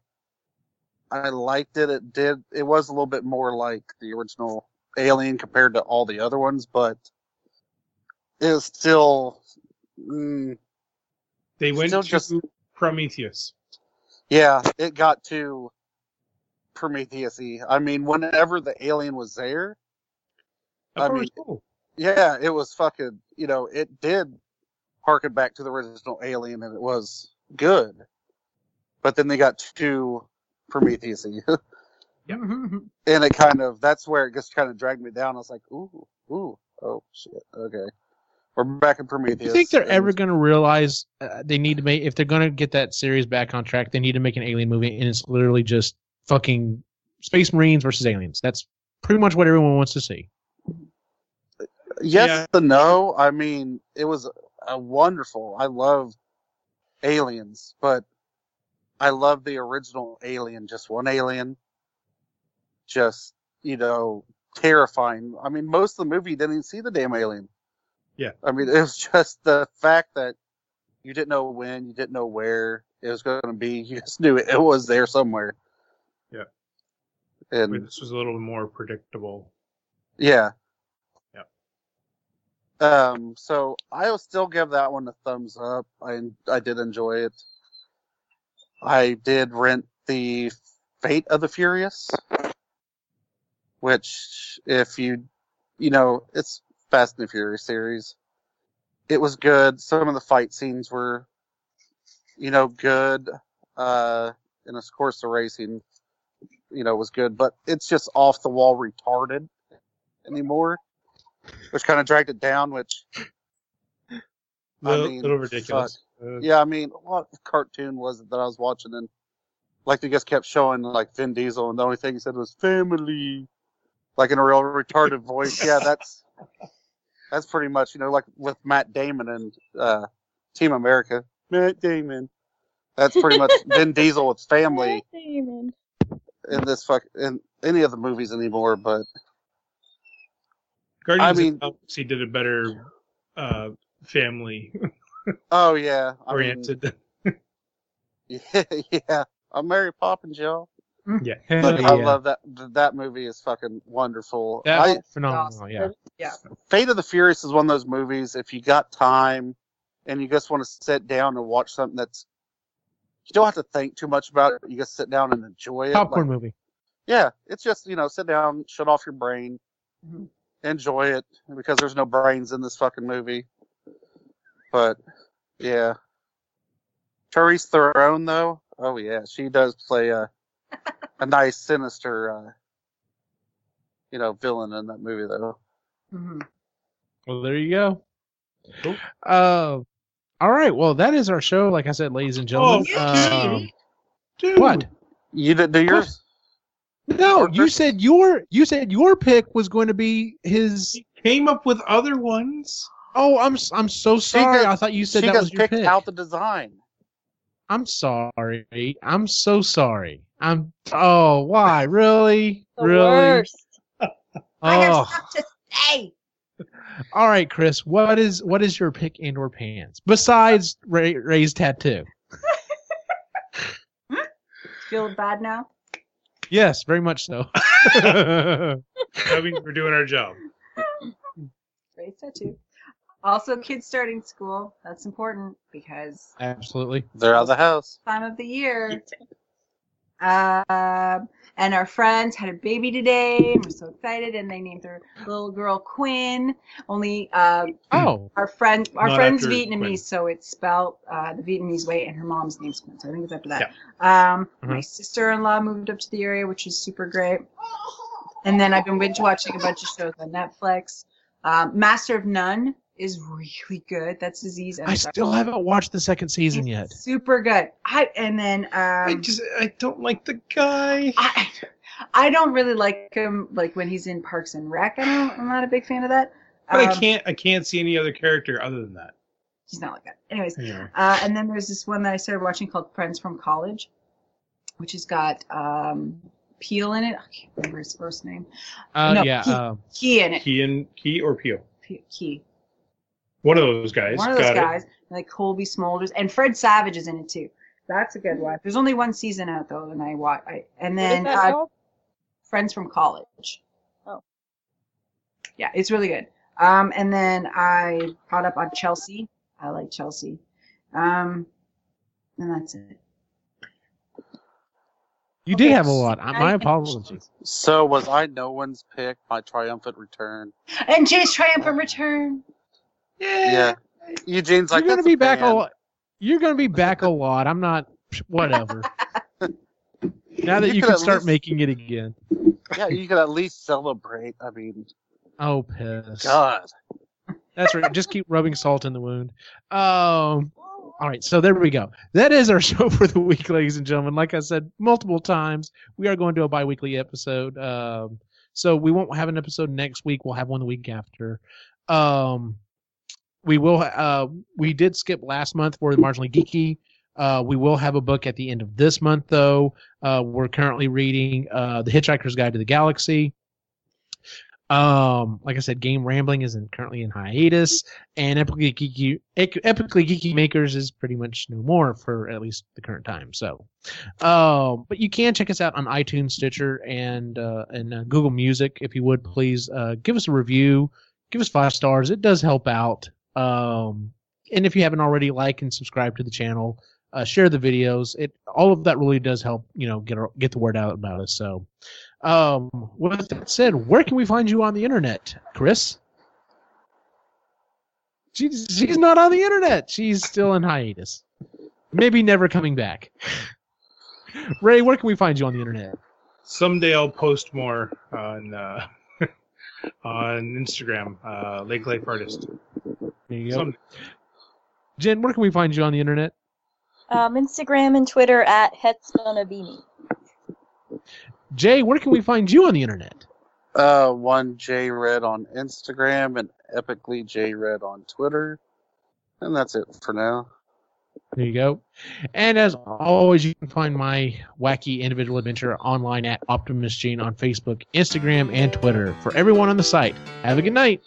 I liked it. It did. It was a little bit more like the original Alien compared to all the other ones, but it was still. Mm,
They went
Still
to
just-
Prometheus.
Yeah, it got too Prometheus y. I mean, whenever the alien was there,
That
I
part
mean-
was cool.
yeah, it was fucking, you know, it did harken back to the original alien and it was good. But then they got too Prometheus y.
mm-hmm,
and it kind of, that's where it just kind of dragged me down. I was like, ooh, ooh, oh shit, okay. We're back in
Do
Prometheus.
you think they're
and-
ever going to realize uh, they need to make if they're going to get that series back on track, they need to make an alien movie, and it's literally just fucking Space Marines versus aliens. That's pretty much what everyone wants to see.
Yes
Yeah.
and no. I mean, it was a wonderful. I love Aliens, but I love the original Alien. Just one alien, just you know, terrifying. I mean, most of the movie you didn't even see the damn alien.
Yeah.
I mean, it was just the fact that you didn't know when, you didn't know where it was going to be. You just knew it, it was there somewhere.
Yeah.
And
Wait, This was a little more predictable.
yeah.
Yep.
Um, so I'll still give that one a thumbs up. I I did enjoy it. I did rent the Fate of the Furious, which if you you know, it's Fast and the Furious series. It was good. Some of the fight scenes were you know, good. Uh and of course the racing you know was good, but it's just off the wall retarded anymore, which kind of dragged it down. Which,
Little,
mean,
little ridiculous. Uh,
yeah, I mean, what cartoon was it that I was watching? And like they just kept showing like Vin Diesel, and the only thing he said was "family," like in a real retarded voice. Yeah, that's that's pretty much you know like with Matt Damon and uh, Team America. Matt Damon. That's pretty much Vin Diesel with family
Damon.
in this fuck in any of the movies anymore. But
Guardians
I
of
mean-
the Galaxy did a better uh, family
oh yeah, I mean,
oriented.
yeah, yeah, I'm Mary Poppins, y'all.
yeah.
But I
Yeah.
love that. th- That movie is fucking wonderful.
That
I,
phenomenal.
awesome.
Yeah.
Fate of the Furious is one of those movies. If you got time, and you just want to sit down and watch something that's, you don't have to think too much about it. You just sit down and enjoy it.
Popcorn
Like,
movie.
yeah, it's just you know, sit down, shut off your brain,
Mm-hmm.
Mhm.
enjoy it because there's no brains in this fucking movie. But yeah, Charlize Theron though. Oh yeah, she does play a a nice sinister, uh, you know, villain in that movie though.
Mhm.
Well, there you go.
Cool.
Uh, all right. Well, that is our show. Like I said, ladies and gentlemen.
Oh,
Um,
Dude,
what?
You didn't do yours.
No,
Parker?
you said your you said your pick was going to be his.
He came up with other ones.
Oh, I'm s- I'm so sorry.
just-
I thought you said
she
that was
just
your
picked
pick.
out the design.
I'm sorry. I'm so sorry. I'm. Oh, why? Really?
The
really?
worst.
I have
Oh.
stuff to say.
All right, Chris. What is what is your pick and or pants besides Ray, Ray's tattoo?
Feel bad now?
Yes, very much so.
That means we're doing our job.
Raise tattoo. Also, kids starting school. That's important because
Absolutely.
They're out of the house.
time of the year. Um, and our friends had a baby today, and we're so excited. And they named their little girl Quinn. Only uh,
Hmm.
Oh,
our friend, our
Not
friend's
after
Vietnamese,
Quinn.
so it's spelled uh, the Vietnamese way, and her mom's name's Quinn, so I think it's after that. Um, My
Mhm.
sister-in-law moved up to the area, which is super great. And then I've been binge watching a bunch of shows on Netflix. Um, Master of None is really good. That's disease.
I still haven't watched the second season yet.
Super good. I and then um,
I just I don't like the guy.
I, I don't really like him like when he's in Parks and Rec. I don't, I'm not a big fan of that.
But I
Um,
can't I can't see any other character other than that.
He's not like that. Anyways,
Yeah.
Uh, and then there's this one that I started watching called Friends from College, which has got um, Peel in it. I can't remember his first name.
Uh,
No,
yeah.
he-
uh,
Key in it.
Key and Key or Peel.
P- Key.
One of those guys.
One of those
Got it.
guys. Like Colby Smolders. And Fred Savage is in it too. That's a good one. There's only one season out though, and I watch. I, and
What is
then
that
uh,
called?
Friends from College.
Oh.
Yeah, it's really good. Um, and then I caught up on Chelsea. I like Chelsea. Um, and that's it.
you did
okay.
have a lot. I, my
I-
apologies.
So was I no one's pick? My triumphant return.
And Jay's triumphant return.
Yeah, Eugene's like
Eh. you're gonna
"That's a
be back
fan."
a lot. You're gonna be back a lot. I'm not. Whatever. now that
You
you
could
can
at
start
least-
making it again.
Yeah, you could at least celebrate. I mean,
Oh, piss.
God.
That's right. Just keep rubbing salt in the wound. Um, all right. So there we go. That is our show for the week, ladies and gentlemen. Like I said multiple times, we are going to a bi weekly episode. Um, so we won't have an episode next week. We'll have one the week after. Um, we will. Uh, we did skip last month for marginally geeky. Uh, we will have a book at the end of this month, though. Uh, we're currently reading uh, The Hitchhiker's Guide to the Galaxy. Um, like I said, Game Rambling is in, currently in hiatus, and Epically Geeky, Ec- Epically Geeky Makers is pretty much no more for at least the current time. So, um, but you can check us out on iTunes, Stitcher, and uh, and uh, Google Music if you would please uh, give us a review, give us five stars. It does help out. Um, and if you haven't already, like and subscribe to the channel. Uh, share the videos. It all of that really does help. You know, get our, get the word out about us. So. Um, with that said, where can we find you on the internet, Chris? She's she's not on the internet. She's still in hiatus. Maybe never coming back. Ray, where can we find you on the internet?
Someday I'll post more on uh, on Instagram. Uh, Lake Life Artist.
There you go.
Some,
Jen, where can we find you on the internet?
Um, Instagram and Twitter at Hetsmanabini.
Jay, where can we find you on the internet?
Uh, one J Red on Instagram and epically J Red on Twitter, and that's it for now.
There you go. And as always, you can find my wacky individual adventure online at Optimus Gene on Facebook, Instagram, and Twitter. For everyone on the site, have a good night.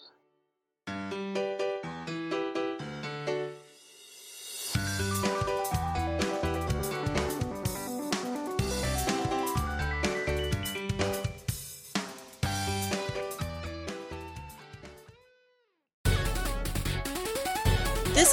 This